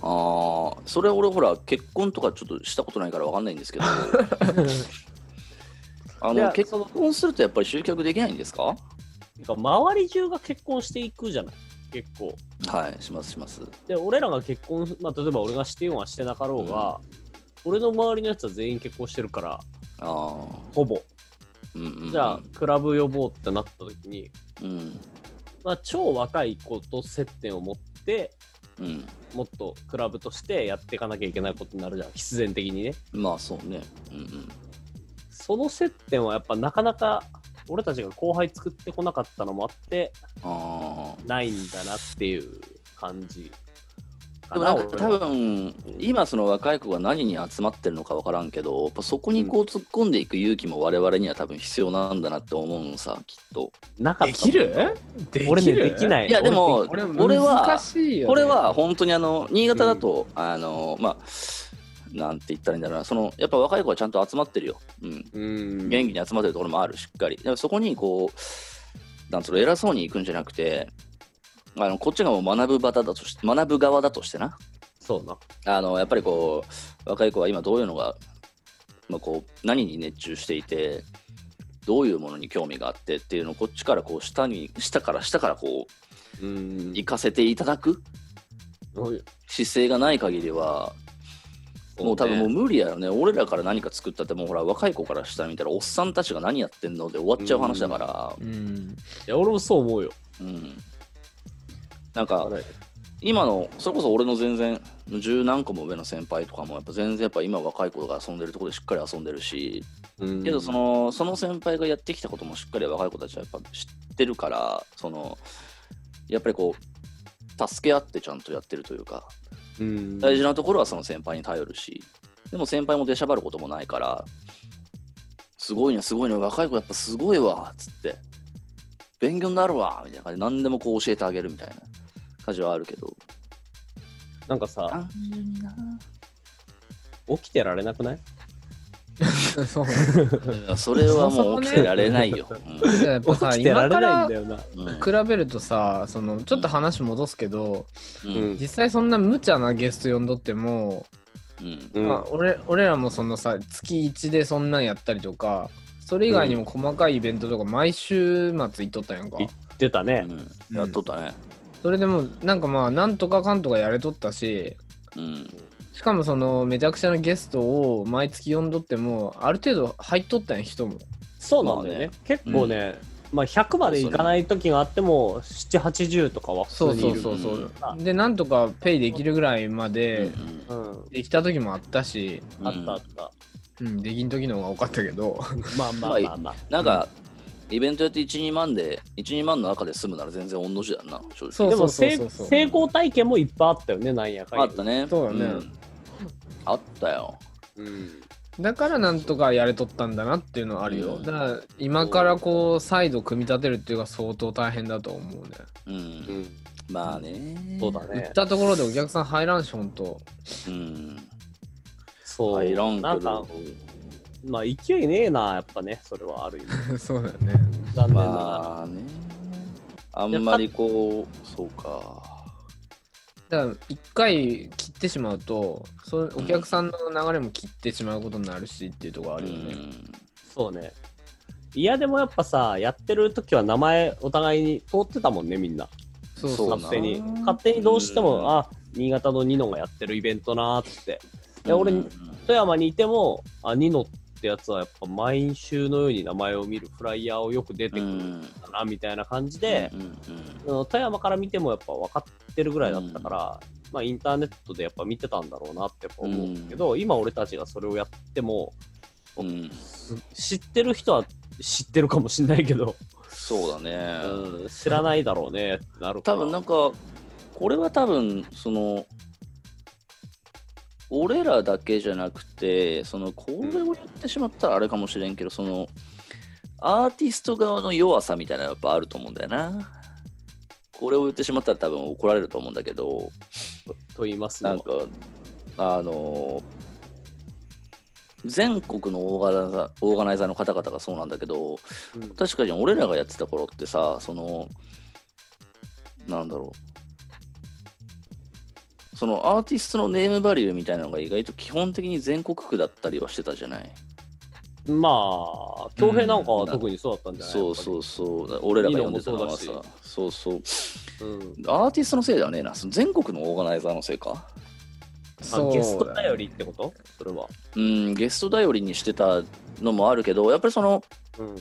[SPEAKER 1] あーそれ俺ほら結婚とかちょっとしたことないからわかんないんですけ
[SPEAKER 2] (laughs)
[SPEAKER 1] どあ
[SPEAKER 2] い
[SPEAKER 1] の
[SPEAKER 2] や
[SPEAKER 1] 結婚するとやっぱり集客できないんですか
[SPEAKER 2] てか周り中が結婚していくじゃない結構
[SPEAKER 1] はいしますします
[SPEAKER 2] で俺らが結婚、まあ、例えば俺がしてようがしてなかろうが、俺の周りのやつは全員結婚してるから
[SPEAKER 1] ああ
[SPEAKER 2] ほぼ
[SPEAKER 1] うんうんうん
[SPEAKER 2] じゃあ、クラブ呼ぼうってなった時に、
[SPEAKER 1] うん
[SPEAKER 2] まあ、超若い子と接点を持って
[SPEAKER 1] うん
[SPEAKER 2] もっとクラブとしてやっていかなきゃいけないことになるじゃん必然的にね
[SPEAKER 1] まあそうね。うんうん。
[SPEAKER 2] その接点はやっぱなかなか俺たちが後輩作ってこなかったのもあって
[SPEAKER 1] あ
[SPEAKER 2] ないんだなっていう感じ
[SPEAKER 1] あ。でもなんか多
[SPEAKER 2] 俺は
[SPEAKER 1] 分今その若い子が何に集まってるのか分からんけどやっぱそこにこう突っ込んでいく勇気も我々には多分必要なんだなって思うのさきっと
[SPEAKER 2] なかった
[SPEAKER 3] できるできる
[SPEAKER 2] 俺ねできない
[SPEAKER 1] いやでも
[SPEAKER 3] 俺
[SPEAKER 1] 俺は
[SPEAKER 3] 難しいよね。
[SPEAKER 1] これは本当にあの新潟だと、あのまあなんて言ったらいいんだろうなそのやっぱ若い子はちゃんと集まってるよ、うん、
[SPEAKER 2] うん
[SPEAKER 1] 元気に集まってるところもあるしっかりだからそこにこうなんつうの偉そうに行くんじゃなくてあのこっちがもう学ぶ場だとし学ぶ側だとしてな
[SPEAKER 2] そうな
[SPEAKER 1] あのやっぱりこう若い子は今どういうのが、まあ、こう何に熱中していてどういうものに興味があってっていうのをこっちからこう下に下から下からこう
[SPEAKER 2] うん
[SPEAKER 1] 行かせていただく
[SPEAKER 2] うそういう
[SPEAKER 1] 姿勢がない限りは、もう多分もう無理やよね。俺らから何か作ったって、もうほら、若い子からしたら見たら、おっさんたちが何やってんので終わっちゃう話だから、
[SPEAKER 3] うん。 (laughs)
[SPEAKER 2] いや俺もそう思うよ。
[SPEAKER 1] うん。なんか、今の、それこそ俺の全然、十何個も上の先輩とかも、やっぱ全然やっぱ今若い子が遊んでるところでしっかり遊んでるし、
[SPEAKER 2] うん
[SPEAKER 1] けどその、その先輩がやってきたこともしっかり若い子たちはやっぱ知ってるから、その、やっぱりこう、助け合ってちゃんとやってるというか、
[SPEAKER 2] うん
[SPEAKER 1] 大事なところはその先輩に頼るし、でも先輩も出しゃばることもないから、すごいね、すごいね、若い子やっぱすごいわ、つって、勉強になるわ、みたいな感じで、何でもこう教えてあげるみたいな感じはあるけど、
[SPEAKER 2] なんかさ、
[SPEAKER 1] 単純にな
[SPEAKER 2] 起きてられなくない
[SPEAKER 3] そう。
[SPEAKER 1] いやそれはもう起きてられないよ。
[SPEAKER 3] や
[SPEAKER 2] (laughs)
[SPEAKER 3] っ
[SPEAKER 2] 起
[SPEAKER 3] ぱさ、
[SPEAKER 2] きてられない
[SPEAKER 3] 今か
[SPEAKER 2] ん
[SPEAKER 3] ら
[SPEAKER 2] だよな。
[SPEAKER 1] うんうん
[SPEAKER 3] 比べるとさ、その、ちょっと話戻すけど、
[SPEAKER 1] うん
[SPEAKER 2] うん
[SPEAKER 3] 実際そんな無茶なゲスト呼んどっても、
[SPEAKER 1] うん
[SPEAKER 2] うん
[SPEAKER 3] まあ、俺俺らもそのさ月1でそんなんやったりとかそれ以外にも細かいイベントとか毎週末行っとったやんか、
[SPEAKER 2] 行出たね。
[SPEAKER 1] うんやっとったね。
[SPEAKER 3] それでもなんかまあなんとかかんとかやれとったし
[SPEAKER 1] うん
[SPEAKER 3] しかもそのめちゃくちゃなゲストを毎月呼んどってもある程度入っとったんや人も
[SPEAKER 2] そうなんだよね。
[SPEAKER 1] ま、
[SPEAKER 2] 結構ね、まあ100までいかない時があっても、7、80とかは普通
[SPEAKER 3] そう
[SPEAKER 2] に
[SPEAKER 3] そ
[SPEAKER 2] いうる。
[SPEAKER 3] そうそううんでなんとかペイできるぐらいま
[SPEAKER 1] う
[SPEAKER 3] で
[SPEAKER 1] ん
[SPEAKER 2] うん
[SPEAKER 3] できた時もあったし、
[SPEAKER 1] うん
[SPEAKER 2] あったあった。
[SPEAKER 3] うん、できん時の方が多かったけど
[SPEAKER 2] まあまあまあまあ。
[SPEAKER 1] なんか、イベントやって1、2万で、1、2万の赤で済むなら全然御の字だな、正直。
[SPEAKER 3] そう
[SPEAKER 2] でも
[SPEAKER 3] そう
[SPEAKER 2] せ
[SPEAKER 3] そう
[SPEAKER 2] い
[SPEAKER 3] そう
[SPEAKER 2] 成功体験もいっぱいあったよね、なんやかんや。
[SPEAKER 1] あったね。
[SPEAKER 3] そうだね
[SPEAKER 1] んあったよ。
[SPEAKER 2] うん
[SPEAKER 3] だからなんとかやれとったんだなっていうのはあるよ、
[SPEAKER 1] うん
[SPEAKER 3] だから今からこう再度組み立てるっていうのが相当大変だと思うね
[SPEAKER 1] う。
[SPEAKER 2] うんん
[SPEAKER 1] まあね。
[SPEAKER 2] そうだ
[SPEAKER 3] 売
[SPEAKER 2] ね
[SPEAKER 3] っ。たところでお客さん入らんしほんと
[SPEAKER 1] うん。
[SPEAKER 2] そう。
[SPEAKER 1] 入らんけど
[SPEAKER 2] なんか、まあ勢いねえな、やっぱね、それはある
[SPEAKER 1] (laughs)
[SPEAKER 2] 意味。
[SPEAKER 3] そうだよね
[SPEAKER 2] 残念ながら。
[SPEAKER 1] まあね。あんまりこう、そうか。
[SPEAKER 3] だから一回切ってしまうとそお客さんの流れも切ってしまうことになるしっていうところあ
[SPEAKER 1] う
[SPEAKER 3] るよね、
[SPEAKER 1] ん。
[SPEAKER 2] そうね。いや、でもやっぱさ、やってる時は名前お互いに通ってたもんね、みんな。
[SPEAKER 3] そう
[SPEAKER 1] そう
[SPEAKER 3] そう
[SPEAKER 2] 勝手に
[SPEAKER 1] な。
[SPEAKER 2] 勝手にどうして
[SPEAKER 1] う
[SPEAKER 2] も、
[SPEAKER 1] ん
[SPEAKER 2] あ、新潟のニノがやってるイベントなーっつって。で俺
[SPEAKER 1] うん
[SPEAKER 2] 富山にいても、あ、ニノってやつはやっぱ毎週のように名前を見るフライヤーをよく出
[SPEAKER 1] う
[SPEAKER 2] てくるん
[SPEAKER 1] ん。
[SPEAKER 2] だな、みたいな感じで、
[SPEAKER 1] うん、
[SPEAKER 2] その富山から見てもやっぱ分かってるぐらいだったから、まあインターネットでやっぱ見てたんだろうなってやっぱ思うんだけど、今俺たちがそれをやっても、
[SPEAKER 1] うんうん。
[SPEAKER 2] 知ってる人は知ってるかもしれないけど、
[SPEAKER 1] そうだね。
[SPEAKER 2] うん知らないだろうねってなるか
[SPEAKER 1] 多
[SPEAKER 2] ら
[SPEAKER 1] 分なんか、これは多分、その、俺らだけじゃなくて、その、これを言ってしまったらあれかもしれんけど、その、アーティスト側の弱さみたいなのやっぱあると思うんだよな。これを言ってしまったら多分怒られると思うんだけど、
[SPEAKER 2] と言います
[SPEAKER 1] なん
[SPEAKER 2] の
[SPEAKER 1] か、あの全国のオーガナイザーオーガナイザーの方々がそうなんだけど、
[SPEAKER 2] うん
[SPEAKER 1] 確かに俺らがやってた頃ってさ、その、なんだろう。そのアーティストのネームバリューみたいなのが意外と基本的に全国区だったりはしてたじゃない。
[SPEAKER 2] まあ恭平なんかは特にそうだったんじゃない、
[SPEAKER 1] そうそうそう。俺らが呼んでたのは
[SPEAKER 2] いいの
[SPEAKER 1] さ
[SPEAKER 2] も、
[SPEAKER 1] そうそう。
[SPEAKER 2] う、うん、
[SPEAKER 1] アーティストのせいではねえな。その全国のオーガナイザーのせいか。
[SPEAKER 2] あ
[SPEAKER 3] そう
[SPEAKER 2] ゲスト
[SPEAKER 3] だよ
[SPEAKER 2] 頼りってことそれは、
[SPEAKER 1] うん、ゲスト頼りにしてたのもあるけど、やっぱりその、
[SPEAKER 2] うん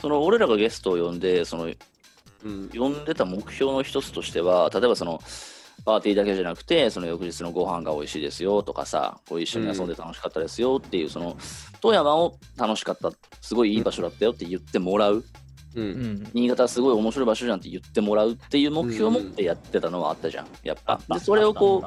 [SPEAKER 1] その俺らがゲストを呼んで、その
[SPEAKER 2] うん、
[SPEAKER 1] 呼んでた目標の一つとしては例えばそのパーティーだけじゃなくてその翌日のご飯が美味しいですよとかさこう一緒に遊んで楽しかったですよっていう、その富山を楽しかったすごいいい場所だったよって言ってもらう、
[SPEAKER 2] う、
[SPEAKER 3] うんん
[SPEAKER 1] 新潟すごい面白い場所じゃんって言ってもらうっていう目標を持ってやってたのはあったじゃんやっぱでそれをこう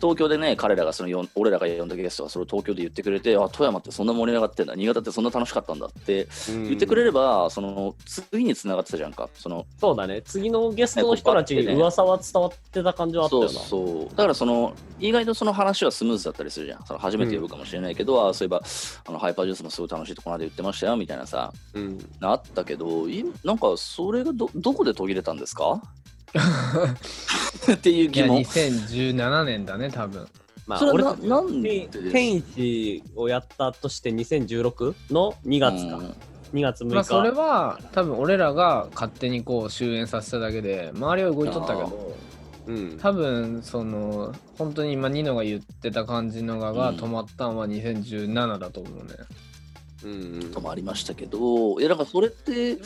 [SPEAKER 1] 東京でね彼らがそのよん俺らが呼んだゲストがそれを東京で言ってくれてあ富山ってそんな盛り上がってんだ新潟ってそんな楽しかったんだって
[SPEAKER 2] う、
[SPEAKER 1] 言ってくれ
[SPEAKER 2] る
[SPEAKER 1] れば、その次に繋がってたじゃんかその
[SPEAKER 2] そうだね次のゲストの人たちに噂は伝わってた感じはあったよな
[SPEAKER 1] そうそうだからその意外とその話はスムーズだったりするじゃんその初めて呼ぶかもしれないけど、あそういえばあのハイパージュースもすごい楽しいとこの間言ってましたよみたいなさ
[SPEAKER 2] うん、
[SPEAKER 1] あったけどいなんかそれがどどこで途切れたんですかっていう
[SPEAKER 3] い
[SPEAKER 1] 疑
[SPEAKER 3] や
[SPEAKER 1] 問
[SPEAKER 3] 2017年な年だね多分
[SPEAKER 2] まあ
[SPEAKER 1] それ
[SPEAKER 2] 俺
[SPEAKER 1] は
[SPEAKER 2] た
[SPEAKER 1] ななんでで
[SPEAKER 2] ち
[SPEAKER 1] す
[SPEAKER 2] 天一をやったとして2016の2月か、
[SPEAKER 1] うん
[SPEAKER 2] 2月6日、
[SPEAKER 3] まあそれは多分俺らが勝手にこう終焉させただけで周りは動いとったけど
[SPEAKER 2] うん。
[SPEAKER 3] 多分その本当に今ニノが言ってた感じのがが
[SPEAKER 1] うん
[SPEAKER 3] 止まったんは2017だと思うね。
[SPEAKER 2] うん
[SPEAKER 1] ともありましたけど、いや、なんかそれって、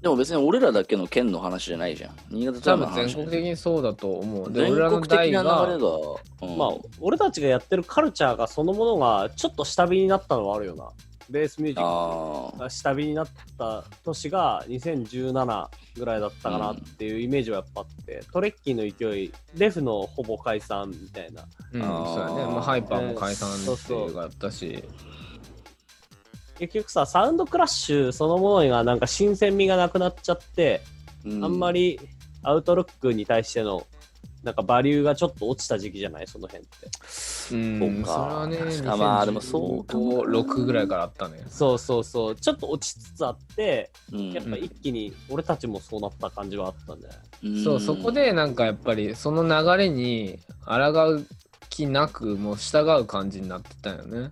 [SPEAKER 1] でも別に俺らだけの県の話じゃないじゃん。新潟
[SPEAKER 3] 多
[SPEAKER 1] と
[SPEAKER 3] 分全国的にそうだと思う。で、
[SPEAKER 1] 全
[SPEAKER 3] 俺らの
[SPEAKER 1] 国的な流れ
[SPEAKER 3] 代
[SPEAKER 1] が、
[SPEAKER 3] が、
[SPEAKER 1] うん
[SPEAKER 2] まあ、俺たちがやってるカルチャーがそのものがちょっと下火になったのはあるよな。ベースミュージッ
[SPEAKER 1] あ
[SPEAKER 2] ク
[SPEAKER 1] ー
[SPEAKER 2] が下火になった年が2017ぐらいだったかなっていうイメージはやっぱあって、トレッキーの勢い、レフのほぼ解散みたいな。
[SPEAKER 3] うん、
[SPEAKER 1] あー
[SPEAKER 3] そうやね。まあ、ハイパーも解散
[SPEAKER 2] えー
[SPEAKER 3] っていうのがあったし、
[SPEAKER 2] 結局さ、サウンドクラッシュそのものがなんか新鮮味がなくなっちゃって、
[SPEAKER 1] う
[SPEAKER 2] あんまりアウトロックに対してのなんかバリューがちょっと落ちた時期じゃないその辺って。
[SPEAKER 3] うん、
[SPEAKER 1] そう
[SPEAKER 3] それは
[SPEAKER 1] か
[SPEAKER 3] ね、
[SPEAKER 1] 確かまあでもそうか
[SPEAKER 3] 6ぐらいからあったね。
[SPEAKER 2] そうそうそう。ちょっと落ちつつあって、
[SPEAKER 1] うん
[SPEAKER 2] やっぱ一気に俺たちもそうなった感じはあったんだよね。
[SPEAKER 1] ん
[SPEAKER 3] そう、そこでなんかやっぱりその流れに抗う気なく、もう従う感じになってたよね。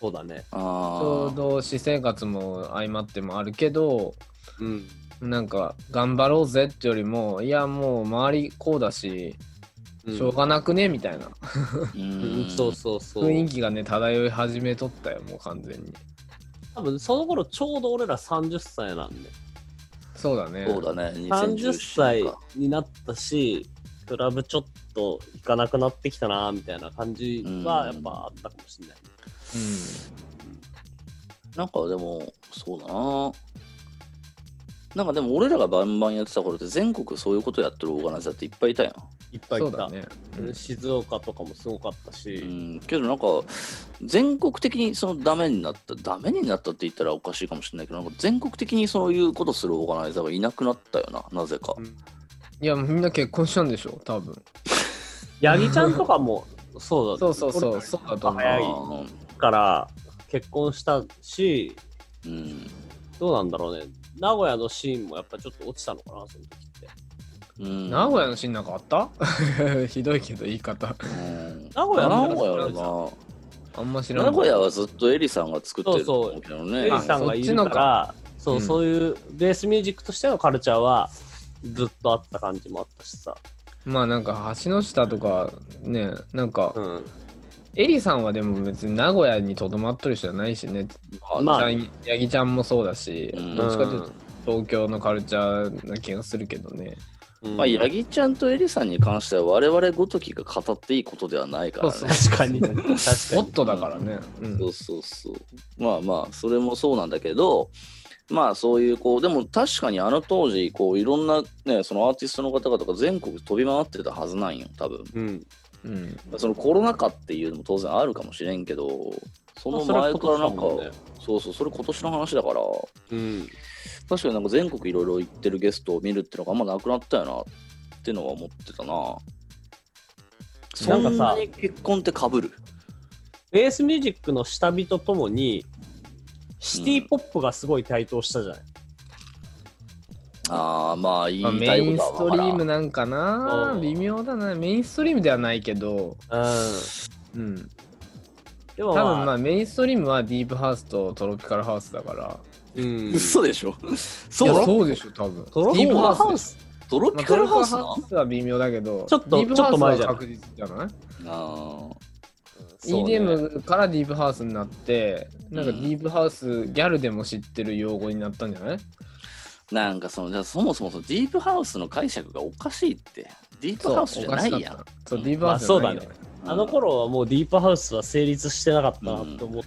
[SPEAKER 2] そうだね。
[SPEAKER 3] ち
[SPEAKER 1] あ
[SPEAKER 3] ょう
[SPEAKER 1] ー
[SPEAKER 3] ど私生活も相まってもあるけど、
[SPEAKER 2] うん。
[SPEAKER 3] なんか頑張ろうぜってよりも、いやもう周りこうだし、しょうがなくねみたい
[SPEAKER 1] う
[SPEAKER 3] な
[SPEAKER 1] ん
[SPEAKER 2] そうそうそう。
[SPEAKER 3] 雰囲気がね、漂い始めとったよ、もう完全に。
[SPEAKER 2] 多分その頃ちょうど俺ら30歳なんで。
[SPEAKER 3] そうだね。
[SPEAKER 1] そうだね、
[SPEAKER 2] 30
[SPEAKER 1] 2017
[SPEAKER 2] 歳
[SPEAKER 1] か
[SPEAKER 2] になったし、クラブちょっと行かなくなってきたなみたいな感じはやっぱあったかもしれない。
[SPEAKER 1] なんかでも、そうだな。なんかでも俺らがバンバンやってた頃って全国そういうことやってるオーガナイザーっていっぱいいたやん。
[SPEAKER 2] いっ
[SPEAKER 3] う
[SPEAKER 2] ぱい
[SPEAKER 3] ん。そ
[SPEAKER 2] 来
[SPEAKER 3] う
[SPEAKER 2] た
[SPEAKER 3] だ。ね。
[SPEAKER 2] うん静岡とかもすごかったし。
[SPEAKER 1] うん、けどなんか全国的にそのダメになったダメになったって言ったらおかしいかもしれないけどなんか全国的にそういうことするオーガナイザーがいなくなったよななぜか
[SPEAKER 3] いや、みんな結婚したんでしょ、多分。
[SPEAKER 2] ヤギちゃんとかも (laughs) そうだ
[SPEAKER 3] そうそうそう、そうだと思う。
[SPEAKER 2] 早い
[SPEAKER 1] あ
[SPEAKER 2] から結婚したし、
[SPEAKER 1] ーうん
[SPEAKER 2] どうなんだろうね。名古屋のシーンもやっぱちょっと落ちたのかな、その時って。
[SPEAKER 1] うん、
[SPEAKER 3] 名古屋のシーンなんかあった (laughs) ひどいけど言い方。
[SPEAKER 1] うん
[SPEAKER 2] 名古
[SPEAKER 1] 名
[SPEAKER 2] 屋の
[SPEAKER 1] 古屋は
[SPEAKER 3] あんま知ら
[SPEAKER 1] な
[SPEAKER 3] ない。
[SPEAKER 1] 名古屋はずっとエリさんが作ってると思うけどね
[SPEAKER 2] エリさんがいるから、そう、
[SPEAKER 3] うん
[SPEAKER 2] そういうベースミュージックとしてのカルチャーはずっとあった感じもあったしさ。
[SPEAKER 3] まあなんか橋の下とかね、なんか、
[SPEAKER 2] ん。
[SPEAKER 3] エリさんはでも別に名古屋にとどまっとる人じゃないしね。
[SPEAKER 2] まあ
[SPEAKER 3] ヤギヤギちゃんもそうだし、
[SPEAKER 1] うん
[SPEAKER 3] どっちかというと東京のカルチャーな気がするけどね。
[SPEAKER 2] うん
[SPEAKER 1] まあ、八木ちゃんとエリさんに関しては我々ごときが語っていいことではないからね。
[SPEAKER 3] そう
[SPEAKER 2] 確かに。 (laughs) 確か
[SPEAKER 3] も
[SPEAKER 2] に
[SPEAKER 3] っ。とだからね。うん
[SPEAKER 1] そうそうそう。まあまあ、それもそうなんだけど、まあそういう、こう、でも確かにあの当時、こう、いろんなね、そのアーティストの方々が全国飛び回ってたはずなんよ、多分。
[SPEAKER 2] うん。
[SPEAKER 3] うん
[SPEAKER 1] そのコロナ禍っていうのも当然あるかもしれんけど、その
[SPEAKER 2] まあ
[SPEAKER 1] 前からなんか、
[SPEAKER 2] それは今年だもんね
[SPEAKER 1] そうそう、それ今年の話だから、
[SPEAKER 2] うん。
[SPEAKER 1] 確かになんか全国いろいろ行ってるゲストを見るってのがあんまなくなったよなってのは思ってたな。そんなに結婚ってかぶる。
[SPEAKER 2] ベースミュージックの下火とともに、シティポップがすごい台頭したじゃない。
[SPEAKER 1] ああ、まあ言い
[SPEAKER 3] まあ
[SPEAKER 1] た
[SPEAKER 3] メ
[SPEAKER 1] いこ
[SPEAKER 3] イン
[SPEAKER 1] とは
[SPEAKER 3] ス
[SPEAKER 1] 分か
[SPEAKER 3] トリ
[SPEAKER 1] らん
[SPEAKER 3] ームなんかな
[SPEAKER 2] うん
[SPEAKER 3] 微妙だな。メインストリームではないけど、
[SPEAKER 2] うん。
[SPEAKER 3] うん。
[SPEAKER 2] でも
[SPEAKER 3] 多
[SPEAKER 2] まあ、
[SPEAKER 3] 分まあメインストリームはディープハウスとトロピカルハウスだから。
[SPEAKER 2] うん、
[SPEAKER 1] 嘘でしょ
[SPEAKER 3] いや
[SPEAKER 1] そう
[SPEAKER 3] そうでしょ、多分。
[SPEAKER 2] トロ
[SPEAKER 3] ディ
[SPEAKER 2] ピ
[SPEAKER 3] ープ
[SPEAKER 2] カル
[SPEAKER 3] ハ
[SPEAKER 2] ハ
[SPEAKER 3] ウ
[SPEAKER 2] ウ
[SPEAKER 3] ス
[SPEAKER 2] ス
[SPEAKER 1] トロ
[SPEAKER 3] まあ
[SPEAKER 1] ピカルハウス
[SPEAKER 3] ト
[SPEAKER 1] な、
[SPEAKER 3] ロピカルハウスは微妙だけど、
[SPEAKER 2] ちょっと
[SPEAKER 3] ディープ
[SPEAKER 2] ちょ
[SPEAKER 3] ハウスは
[SPEAKER 2] っと前じゃない
[SPEAKER 3] 確実じゃない
[SPEAKER 1] あ
[SPEAKER 2] そうね
[SPEAKER 3] ?EDM からディープハウスになって、なんか
[SPEAKER 1] う
[SPEAKER 3] デ
[SPEAKER 1] ん
[SPEAKER 3] ィープハウス、ギャルでも知ってる用語になったんじゃない
[SPEAKER 1] ーなんかそのじゃあそもそもそのディープハウスの解釈がおかしいってディープ
[SPEAKER 3] そう、
[SPEAKER 1] ハウスじゃないや
[SPEAKER 3] お
[SPEAKER 1] ん
[SPEAKER 3] かしかったそう、ディープハウスじゃないよね
[SPEAKER 2] まあ
[SPEAKER 1] うん
[SPEAKER 2] あの頃はもうディープハウスは成立してなかったなと思って、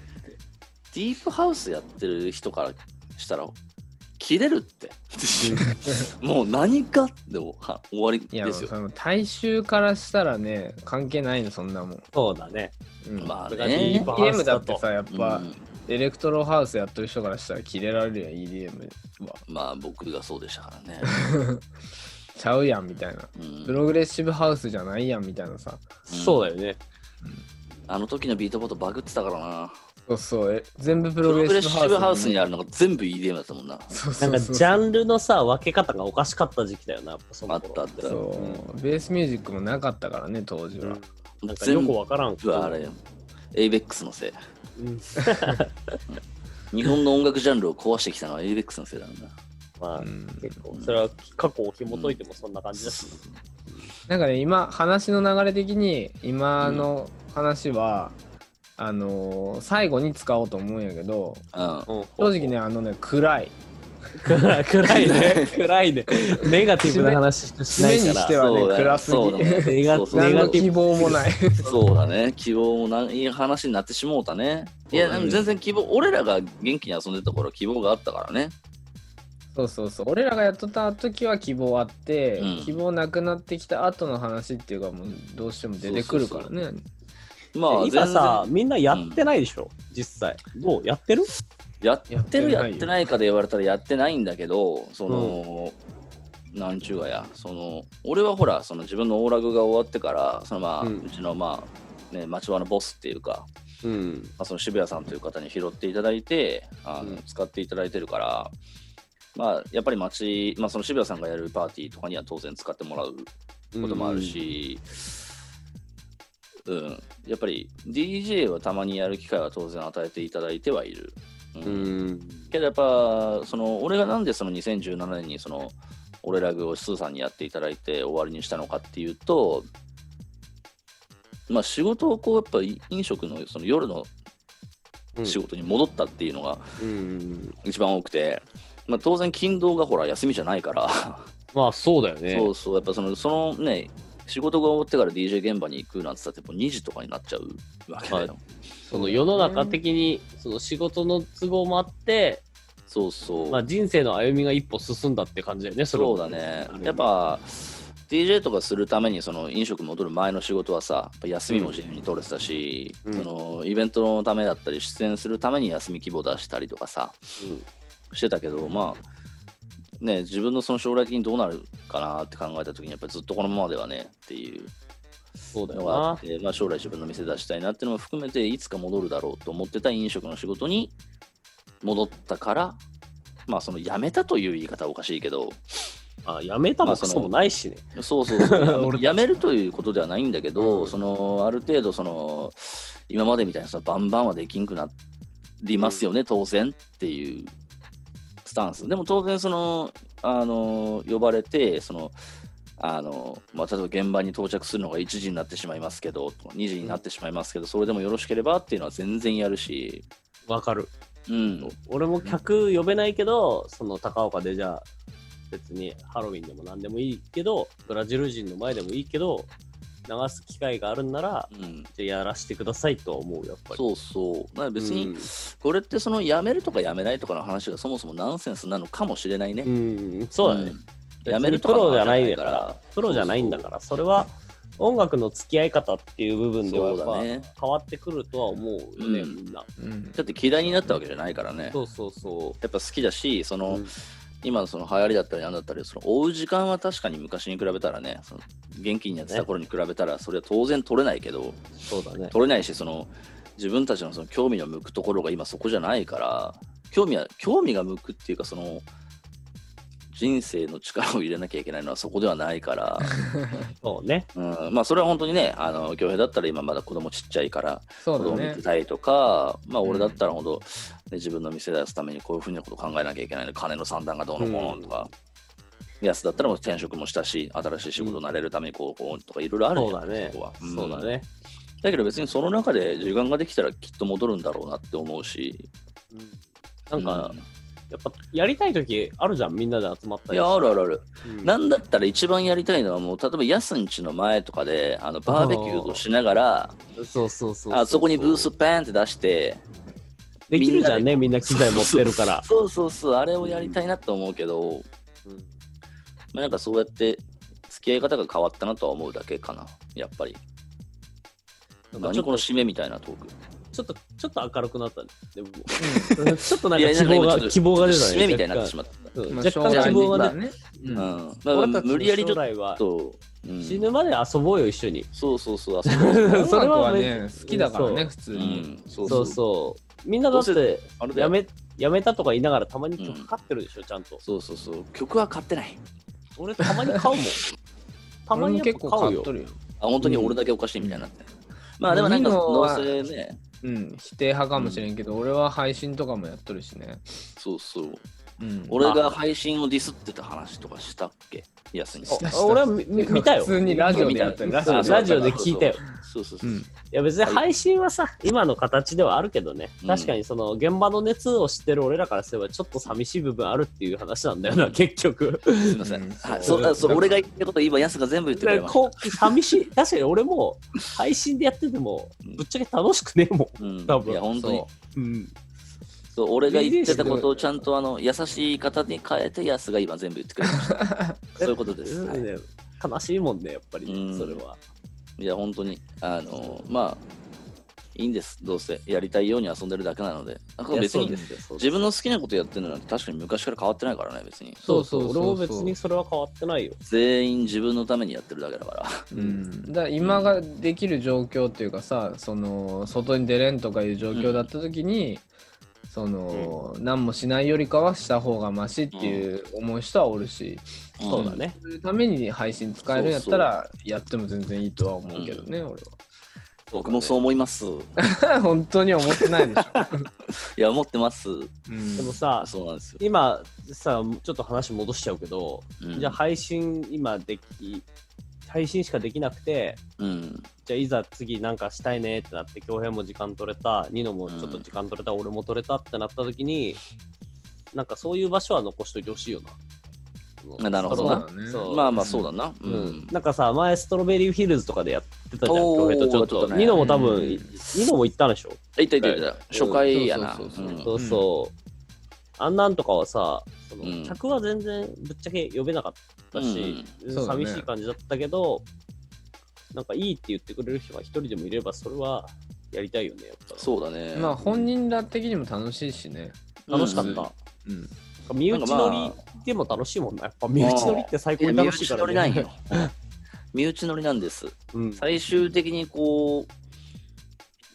[SPEAKER 1] ディープハウスやってる人からしたら切れるって (laughs) もう何かでもは終わり
[SPEAKER 3] いや、
[SPEAKER 1] ですよ
[SPEAKER 3] その大衆からしたらね、関係ないの、そんなもん。
[SPEAKER 2] そうだね。
[SPEAKER 3] うん
[SPEAKER 1] まあ
[SPEAKER 2] だからディ
[SPEAKER 1] ね
[SPEAKER 2] ープハウス
[SPEAKER 3] EDM だ
[SPEAKER 2] だ
[SPEAKER 3] っ
[SPEAKER 2] と
[SPEAKER 3] てさ、やっぱ、
[SPEAKER 1] うん
[SPEAKER 3] エレクトロハウスやってる人からしたらキレられるやん、EDM は。
[SPEAKER 1] まあ僕がそうでしたから
[SPEAKER 2] (laughs)
[SPEAKER 1] ね、
[SPEAKER 3] ちゃうやん、みたいな。
[SPEAKER 1] う
[SPEAKER 3] プ
[SPEAKER 1] ん、
[SPEAKER 3] ログレッシブハウスじゃないやん、みたいなさ。
[SPEAKER 2] そうだよね。
[SPEAKER 1] あの時のビートボートバグってたからな
[SPEAKER 3] そうそう、え全部プ
[SPEAKER 1] プ
[SPEAKER 3] ロ
[SPEAKER 1] ロ
[SPEAKER 3] グ
[SPEAKER 1] グレ
[SPEAKER 3] レ
[SPEAKER 1] ッ
[SPEAKER 3] ッ
[SPEAKER 1] シ
[SPEAKER 3] シ
[SPEAKER 1] ブ
[SPEAKER 3] ブ
[SPEAKER 1] ハ
[SPEAKER 3] ハ
[SPEAKER 1] ウ
[SPEAKER 3] ウ
[SPEAKER 1] ス
[SPEAKER 3] ス
[SPEAKER 1] に
[SPEAKER 3] に
[SPEAKER 1] あ
[SPEAKER 3] な
[SPEAKER 1] る
[SPEAKER 3] る。
[SPEAKER 1] のが全部 EDM だったもんな
[SPEAKER 3] そう
[SPEAKER 2] な
[SPEAKER 3] そ
[SPEAKER 2] ん
[SPEAKER 3] う
[SPEAKER 2] か
[SPEAKER 3] そう
[SPEAKER 2] ジャンルのさ、分け方がおかしかった時期だよな、やっぱそ
[SPEAKER 1] あ
[SPEAKER 2] の
[SPEAKER 1] っ
[SPEAKER 2] 頃
[SPEAKER 1] たあった
[SPEAKER 3] そう、ベースミュージックもなかったからね、当時は。
[SPEAKER 2] なんかよくわからん
[SPEAKER 1] 全部あれよエイベックスのせい
[SPEAKER 2] うん
[SPEAKER 1] 日本の音楽ジャンルを壊してきたのはエイベックスのせいだもんな
[SPEAKER 2] まあ、
[SPEAKER 4] うん
[SPEAKER 2] 結構、それは過去を紐解いてもそんな感じだし、
[SPEAKER 3] なんかね今話の流れ的に今の話は、あのー最後に使おうと思うんやけど
[SPEAKER 1] うん
[SPEAKER 2] うん、
[SPEAKER 3] 正直ねあのね暗い
[SPEAKER 2] 暗い (laughs) 暗い
[SPEAKER 1] (laughs)
[SPEAKER 2] ね暗いねネガティブな話しな
[SPEAKER 3] 締め
[SPEAKER 2] い
[SPEAKER 3] に
[SPEAKER 2] か
[SPEAKER 3] して
[SPEAKER 2] ら
[SPEAKER 3] は
[SPEAKER 1] そう
[SPEAKER 3] ね
[SPEAKER 1] だね
[SPEAKER 3] 暗す
[SPEAKER 1] そうだね
[SPEAKER 3] ぎ
[SPEAKER 2] ネガ
[SPEAKER 1] そうそう
[SPEAKER 3] 何
[SPEAKER 2] ネガ
[SPEAKER 3] の
[SPEAKER 2] ティブ
[SPEAKER 3] 希望もない
[SPEAKER 1] そうだね、希望もない話になってしもうたね。いや、
[SPEAKER 3] そうだ
[SPEAKER 1] で
[SPEAKER 3] ね
[SPEAKER 1] も全然希望、俺らが元気に遊んでた頃、希望があったからね。
[SPEAKER 3] (laughs) そうそうそう俺らがやっとった時は希望あって、
[SPEAKER 1] うん
[SPEAKER 3] 希望なくなってきた後の話っていうかもうどうしても出てくるからね
[SPEAKER 1] まあ、
[SPEAKER 2] 今
[SPEAKER 1] 全
[SPEAKER 2] さ
[SPEAKER 1] 然
[SPEAKER 2] みんなやってないでしょ、実際どうやってる
[SPEAKER 1] やってる
[SPEAKER 3] や
[SPEAKER 1] やっ
[SPEAKER 3] ってないよ
[SPEAKER 1] てないかで言われたらやってないんだけど、その、なんちゅうかや、その、俺はほら、その自分のオーラグが終わってから、そのまあ、う
[SPEAKER 2] うん
[SPEAKER 1] ちのまあ、ね、町場のボスっていうか、
[SPEAKER 2] うん
[SPEAKER 1] まあ、その渋谷さんという方に拾っていただいてあの、
[SPEAKER 2] うん
[SPEAKER 1] 使っていただいてるから、まあ、やっぱり町、まあ、その渋谷さんがやるパーティーとかには当然使ってもらうこともあるし、うんやっぱり DJ はたまにやる機会は当然与えていただいてはいる。うん
[SPEAKER 2] うん
[SPEAKER 1] けどやっぱその俺がなんでその2017年にその俺ラグをスーさんにやっていただいて終わりにしたのかっていうとまあ仕事をこうやっぱり飲食のその夜の
[SPEAKER 2] うん
[SPEAKER 1] 仕事に戻ったっていうのが
[SPEAKER 2] うん
[SPEAKER 1] 一番多くて、まあ、当然勤労がほら休みじゃないから、
[SPEAKER 2] まあそうだよね
[SPEAKER 1] そうそうやっぱそのそのね仕事が終わってから DJ 現場に行くなんて言ったってもう2時とかになっちゃうわけだよ、
[SPEAKER 2] その世の中的にその仕事の都合もあって、
[SPEAKER 1] そうそう、
[SPEAKER 2] まあ、人生の歩みが一歩進んだって感じだよねそれ
[SPEAKER 1] そう
[SPEAKER 2] は
[SPEAKER 1] だねやっぱ DJ とかするためにその飲食戻る前の仕事はさやっぱ休みも自由に取れてたし、
[SPEAKER 2] うん
[SPEAKER 1] そのイベントのためだったり出演するために休み規模出したりとかさ、してたけどまあね自分のその将来的にどうなるかなって考えた時にやっぱりずっとこのままではねっていう
[SPEAKER 2] そうだよ
[SPEAKER 1] のがあ
[SPEAKER 2] な
[SPEAKER 1] って、まあ、将来自分の店出したいなっていうのも含めていつか戻るだろうと思ってた飲食の仕事に戻ったからまあその辞めたという言い方はおかしいけど
[SPEAKER 2] あやめた
[SPEAKER 1] ま
[SPEAKER 2] も
[SPEAKER 1] あそ
[SPEAKER 2] ク
[SPEAKER 1] の
[SPEAKER 2] ソもないしね、
[SPEAKER 1] そうそう
[SPEAKER 2] (laughs)
[SPEAKER 1] そうあの
[SPEAKER 3] 俺たち
[SPEAKER 1] やめるということではないんだけど、
[SPEAKER 2] うん
[SPEAKER 1] そのある程度その今までみたいなさバンバンはできんくなりますよね、当然っていうスタンスでも当然そのあの呼ばれてそのあの、まあ、例えば現場に到着するのが1時になってしまいますけどと2時になってしまいますけど、それでもよろしければっていうのは全然やるし、
[SPEAKER 2] わかる
[SPEAKER 1] うん、
[SPEAKER 2] 俺も客呼べないけど、その高岡でじゃあ、別にハロウィンでも何でもいいけど、ブラジル人の前でもいいけど、流す機会があるんなら、
[SPEAKER 1] うん、
[SPEAKER 2] じゃあやらせてくださいとは思う、やっぱり。
[SPEAKER 1] そうそうだから別に、
[SPEAKER 2] うん
[SPEAKER 1] これってその辞めるとか辞めないとかの話がそもそもナンセンスなのかもしれないね、
[SPEAKER 2] うん、そうだね。
[SPEAKER 1] うん。やめる
[SPEAKER 2] プロじゃない
[SPEAKER 1] だ
[SPEAKER 2] から、プロじゃないんだから、それは音楽の付き合い方っていう部分ではやっ
[SPEAKER 1] そうだ
[SPEAKER 2] ぱ
[SPEAKER 1] ね
[SPEAKER 2] 変わってくるとは思うよね、
[SPEAKER 1] うん
[SPEAKER 2] みんな。
[SPEAKER 3] うん
[SPEAKER 1] だって嫌いになったわけじゃないからね。
[SPEAKER 2] そうそうそ
[SPEAKER 1] やっぱ好きだし、その、
[SPEAKER 2] うん
[SPEAKER 1] 今のその流行りだったりなんだったり、その追う時間は確かに昔に比べたらね、その元気にやってた頃に比べたら、それは当然取れないけど、
[SPEAKER 2] う。そうだね。
[SPEAKER 1] 取れないし、その自分たちのその興味の向くところが今そこじゃないから、興味は興味が向くっていうか、その人生の力を入れなきゃいけないのはそこではない
[SPEAKER 2] (laughs)
[SPEAKER 1] から。
[SPEAKER 2] そうね。
[SPEAKER 1] うん、まあそれは本当にね、あの恭平だったら今まだ子供ちっちゃいから、
[SPEAKER 3] そ
[SPEAKER 1] 子供
[SPEAKER 3] うだ
[SPEAKER 1] 見
[SPEAKER 3] ね
[SPEAKER 1] てたりとか、まあ
[SPEAKER 3] うん
[SPEAKER 1] 俺だったら本当、ね自分の店出すためにこういうふうなこと考えなきゃいけないの、金の算段がどうのこうのとか、安だったらもう転職もしたし、新しい仕事になれるためにこうこうとかいろいろある
[SPEAKER 2] そう
[SPEAKER 1] じゃん
[SPEAKER 2] だね
[SPEAKER 1] そこは。ん
[SPEAKER 2] そうだね。
[SPEAKER 1] だけど別にその中で時間ができたらきっと戻るんだろうなって思うし、
[SPEAKER 2] なんか、やっぱやりたい時あるじゃん、みんなで集まっ
[SPEAKER 1] う
[SPEAKER 2] た
[SPEAKER 1] んい
[SPEAKER 2] り
[SPEAKER 1] や、あるあるある。
[SPEAKER 2] うん
[SPEAKER 1] なんだったら一番やりたいのはもう、例えば安んちの前とかで、あのバーベキューをしながら、
[SPEAKER 2] そうそうそう
[SPEAKER 1] あそこにブースパーンって出して、
[SPEAKER 2] できるじゃんね、みんな機材持ってるから。
[SPEAKER 1] そうそうそう、あれをやりたいなと思うけど、まあ、なんかそうやって付き合い方が変わったなとは思うだけかな、やっぱり。
[SPEAKER 2] なんかち
[SPEAKER 1] 何
[SPEAKER 2] ょっ
[SPEAKER 1] この
[SPEAKER 2] と、
[SPEAKER 1] 締めみたいなトーク。
[SPEAKER 2] ちょっと、ちょっと明るくなったね。でもちょっとなん
[SPEAKER 1] い
[SPEAKER 2] か
[SPEAKER 1] や
[SPEAKER 2] 希
[SPEAKER 1] なん
[SPEAKER 2] 望
[SPEAKER 1] か今ちょっ
[SPEAKER 2] が、
[SPEAKER 1] と
[SPEAKER 2] 希望が出た
[SPEAKER 1] 締
[SPEAKER 2] ね。
[SPEAKER 1] めみたいになってしまった。
[SPEAKER 2] 若干
[SPEAKER 3] まあ
[SPEAKER 2] そう若干希望が出
[SPEAKER 3] ね、
[SPEAKER 2] た。
[SPEAKER 1] う
[SPEAKER 2] うん
[SPEAKER 1] んまあ、
[SPEAKER 2] 俺たちの
[SPEAKER 1] 無理やりちょっ
[SPEAKER 2] 将来は
[SPEAKER 1] と、うん
[SPEAKER 2] 死ぬまで遊ぼうよ、一緒に。
[SPEAKER 1] そうそうそう、あそこ
[SPEAKER 2] (laughs) そ
[SPEAKER 3] (laughs) そ
[SPEAKER 2] れ
[SPEAKER 3] れ
[SPEAKER 2] は
[SPEAKER 3] は
[SPEAKER 2] 別に
[SPEAKER 3] ね好きだから
[SPEAKER 2] う
[SPEAKER 3] ね
[SPEAKER 2] ん
[SPEAKER 3] 普通
[SPEAKER 1] う
[SPEAKER 3] に、
[SPEAKER 1] ん、そう
[SPEAKER 2] そ
[SPEAKER 1] そううそう。
[SPEAKER 2] そう。みんなだっ
[SPEAKER 1] ど
[SPEAKER 2] て、
[SPEAKER 1] あれだよ
[SPEAKER 2] やめ、やめたとか言いながらたまに曲かかってるでしょ、ちゃんと。
[SPEAKER 1] そうそうそう曲は買ってない。
[SPEAKER 2] 俺たまに買うもん。たま
[SPEAKER 3] 俺
[SPEAKER 2] に
[SPEAKER 3] も
[SPEAKER 2] やっ
[SPEAKER 3] 結
[SPEAKER 2] ぱ買
[SPEAKER 3] 構
[SPEAKER 2] う
[SPEAKER 3] 買っ
[SPEAKER 2] よ
[SPEAKER 3] と。るよ
[SPEAKER 1] あ、本当に俺だけおかしいみたいになって。まあでもなんか、
[SPEAKER 3] 飲みの
[SPEAKER 1] どう
[SPEAKER 3] は
[SPEAKER 1] せね、
[SPEAKER 3] うん、否定派かもしれんけど、俺は配信とかもやっとるしね。
[SPEAKER 1] そうそう。
[SPEAKER 3] うん、
[SPEAKER 1] 俺が配信をディスってた話とかしたっけ安に。
[SPEAKER 3] した
[SPEAKER 2] あ俺は見見たよ
[SPEAKER 3] 普。通にラジオでやってる。
[SPEAKER 1] ラジオ
[SPEAKER 2] あ
[SPEAKER 1] で
[SPEAKER 2] ラジオで聞いたよ。
[SPEAKER 1] そうそうそうう。
[SPEAKER 3] ん、
[SPEAKER 2] いや別に配信はさ、今の形ではあるけどね、
[SPEAKER 1] うん
[SPEAKER 2] 確かにその現場の熱を知ってる俺らからすれば、ちょっと寂しい部分あるっていう話なんだよな、結局。
[SPEAKER 1] すみません。
[SPEAKER 3] うん
[SPEAKER 1] はい、そうあそう俺が言ったこと今、安が全部言ってくれまし
[SPEAKER 2] こう寂しい、確かに俺も配信でやってても、ぶっちゃけ楽しくねえもん。
[SPEAKER 1] た。うん
[SPEAKER 2] 多分
[SPEAKER 1] いや、本当に
[SPEAKER 3] そ。
[SPEAKER 2] うん、
[SPEAKER 1] そう俺が言ってたことをちゃんとあの優しい方に変えて、安が今全部言ってくれました。
[SPEAKER 2] (laughs)
[SPEAKER 1] そういうことです。はい
[SPEAKER 2] ね悲しいもんね、やっぱり、
[SPEAKER 1] うん
[SPEAKER 2] それは。
[SPEAKER 1] いや、本当に。あの、まあ、いいんです。どうせ。やりたいように遊んでるだけなので。なんか
[SPEAKER 2] いや
[SPEAKER 1] 別
[SPEAKER 2] そう
[SPEAKER 1] に
[SPEAKER 2] で、すよそうです
[SPEAKER 1] 自分の好きなことやってるのなんて確かに昔から変わってないからね、別に。
[SPEAKER 2] そうそう
[SPEAKER 3] そう
[SPEAKER 2] 俺
[SPEAKER 3] そう
[SPEAKER 2] も別にそれは変わってないよ。
[SPEAKER 1] 全員自分のためにやってるだけだから。
[SPEAKER 3] うん、だから今ができる状況っていうかさその外に出れんとかいう状況だった時に、その、何もしないよりかはした方がマシっていう思う人はおるし、
[SPEAKER 2] (laughs) そうだね。
[SPEAKER 3] そういうために配信使えるんやったらやっても全然いいとは思うけどね、俺
[SPEAKER 1] うん。僕もそう思います。い
[SPEAKER 3] は (laughs) 本当に思ってないでしょ、
[SPEAKER 1] や、思ってます。
[SPEAKER 3] うん
[SPEAKER 2] でもさ
[SPEAKER 1] あ、そうなんですよ。
[SPEAKER 2] 今さ、ちょっと話戻しちゃうけど、
[SPEAKER 1] うん
[SPEAKER 2] じゃあ配信今でき、配信しかできなくて、
[SPEAKER 1] うん。
[SPEAKER 2] じゃあいざ次なんかしたいねってなって、恭平も時間取れた、ニノもちょっと時間取れた、俺も取れたってなった時に、なんかそういう場所は残しといてほしいよな。
[SPEAKER 1] あなるほ
[SPEAKER 3] そ
[SPEAKER 1] ど
[SPEAKER 3] う
[SPEAKER 1] な
[SPEAKER 3] だね
[SPEAKER 2] そう
[SPEAKER 1] まあまあ、そうだな。う
[SPEAKER 2] うん
[SPEAKER 1] ん。
[SPEAKER 2] なんかさ、前ストロベリーフィールズとかでやってたじゃん、
[SPEAKER 1] おー
[SPEAKER 2] 恭平とちょっ
[SPEAKER 1] ちょっ
[SPEAKER 2] と。
[SPEAKER 1] とね
[SPEAKER 2] ニノも多分、
[SPEAKER 3] うん
[SPEAKER 2] ニノも行ったんでしょ
[SPEAKER 1] あいたいたいた。初回やな。
[SPEAKER 3] そうそうそうそう
[SPEAKER 1] うん
[SPEAKER 2] そうそう。あんなんとかはさ、その
[SPEAKER 1] うん
[SPEAKER 2] 客は全然ぶっちゃけ呼べなかったし、
[SPEAKER 3] んそうだね
[SPEAKER 2] 寂しい感じだったけど、なんかいいって言ってくれる人が一人でもいれば、それはやりたいよね、やっぱ。
[SPEAKER 1] そうだね。
[SPEAKER 3] まあ本人ら的にも楽しいしね、
[SPEAKER 2] 楽しかった。
[SPEAKER 1] うん
[SPEAKER 2] なん
[SPEAKER 3] うん、
[SPEAKER 2] か身内乗りでも楽しいもんな。やっぱ身内乗りって最高に
[SPEAKER 1] 身
[SPEAKER 2] 楽しい
[SPEAKER 1] 内
[SPEAKER 2] か
[SPEAKER 1] 乗
[SPEAKER 2] ら
[SPEAKER 1] りなん
[SPEAKER 2] ね。
[SPEAKER 1] よ。身内乗りなんです。
[SPEAKER 2] うん
[SPEAKER 1] 最終的にこ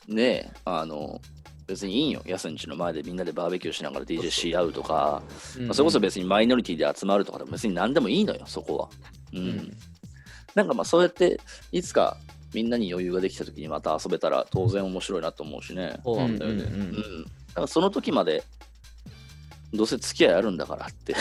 [SPEAKER 1] う、ねえ、あの、別にいいんよ。安んちの前でみんなでバーベキューしながら DJ し合うとか、まあ、それこそ別にマイノリティで集まるとかでも別に何でもいいのよ、そこは。う。
[SPEAKER 3] うんん
[SPEAKER 1] なんかまあそうやって、いつかみんなに余裕ができた時にまた遊べたら当然面白いなと思うしね。
[SPEAKER 2] そうなんだよね。
[SPEAKER 3] うんうんうん
[SPEAKER 1] うん。だからその時まで、どうせ付き合いあるんだから
[SPEAKER 2] (laughs)
[SPEAKER 1] って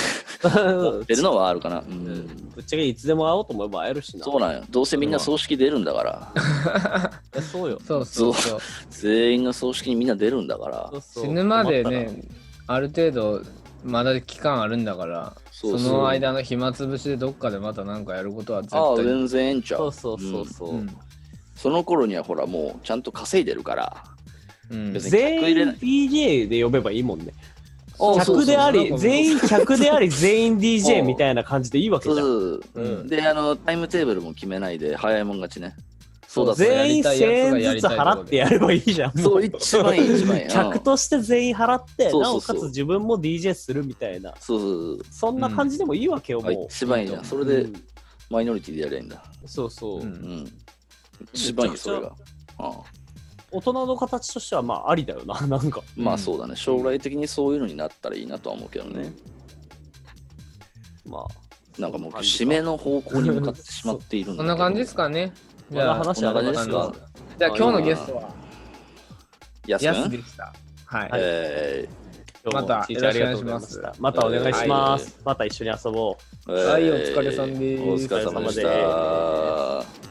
[SPEAKER 1] 思ってるのはあるかな。う
[SPEAKER 2] うんんぶっちゃけいつでも会おうと思えば会えるしな。
[SPEAKER 1] そうなんよ。どうせみんな葬式出るんだから。
[SPEAKER 2] いやそうよ。
[SPEAKER 3] そうそうそう
[SPEAKER 1] 全員が葬式にみんな出るんだから。
[SPEAKER 2] そう
[SPEAKER 3] 死ぬまでね、ある程度まだ期間あるんだから
[SPEAKER 1] そうそう
[SPEAKER 3] その間の暇つぶしでどっかでまた何かやることは絶対
[SPEAKER 1] ああ、全然ええんちゃ
[SPEAKER 2] そう
[SPEAKER 1] う。
[SPEAKER 2] そうそうそう。
[SPEAKER 3] うん
[SPEAKER 1] その頃にはほら、もうちゃんと稼いでるから。
[SPEAKER 3] うん
[SPEAKER 1] 別に
[SPEAKER 2] 全員 DJ で呼べばいいもんね。
[SPEAKER 1] あそうそう
[SPEAKER 2] 客であり、
[SPEAKER 3] そう
[SPEAKER 2] 全員客であり、全員 DJ
[SPEAKER 1] うん
[SPEAKER 2] みたいな感じでいいわけ
[SPEAKER 1] そう
[SPEAKER 2] じゃん。
[SPEAKER 1] そう
[SPEAKER 3] うん
[SPEAKER 1] で、あの、タイムテーブルも決めないで、早いもん勝ちね。そうだ、
[SPEAKER 3] ぜ
[SPEAKER 2] 全員1000円ずつ払ってやればいいじゃん。
[SPEAKER 1] そう、
[SPEAKER 2] も
[SPEAKER 1] 一番いい、一番いい。うん
[SPEAKER 2] 客として全員払って、
[SPEAKER 1] そう
[SPEAKER 2] な
[SPEAKER 1] そ
[SPEAKER 2] お
[SPEAKER 1] うそ
[SPEAKER 2] か
[SPEAKER 1] う
[SPEAKER 2] つ自分も DJ するみたいな、
[SPEAKER 1] そうそう
[SPEAKER 2] そんな感じでもいいわけよ、
[SPEAKER 1] そう。あ
[SPEAKER 2] も
[SPEAKER 1] 一番いいじゃん。それ
[SPEAKER 2] う。
[SPEAKER 1] で
[SPEAKER 2] うん、
[SPEAKER 1] マイノリティでやれんだ。
[SPEAKER 2] そうそうう。
[SPEAKER 1] うんん。一番いい、それが。ああ
[SPEAKER 2] 大人の形としては、まあ、ありだよな、 (laughs) なんか。
[SPEAKER 1] まあそうだね。将来的にそういうのになったらいいなとは思うけどね。
[SPEAKER 2] まあ。
[SPEAKER 1] なんかもう、締めの方向に向かってしまっているんだけ
[SPEAKER 3] そん
[SPEAKER 1] ど
[SPEAKER 3] な感じですかねじ
[SPEAKER 2] まだ
[SPEAKER 3] ゃあ
[SPEAKER 2] 話は
[SPEAKER 1] こんな
[SPEAKER 2] な
[SPEAKER 1] 感
[SPEAKER 2] かっ
[SPEAKER 1] じ
[SPEAKER 2] た
[SPEAKER 1] ですか
[SPEAKER 2] な
[SPEAKER 3] じゃあ今日のゲストは
[SPEAKER 1] 安
[SPEAKER 3] ヤス
[SPEAKER 1] くん
[SPEAKER 3] でしたはい、
[SPEAKER 1] え
[SPEAKER 2] 今日も聞いてありがとうございまし
[SPEAKER 3] ま
[SPEAKER 2] た。またお願いします。また一緒に遊ぼう。
[SPEAKER 1] ー
[SPEAKER 3] はいお疲れ様です
[SPEAKER 1] お疲れ様でし
[SPEAKER 2] お疲れ
[SPEAKER 1] た。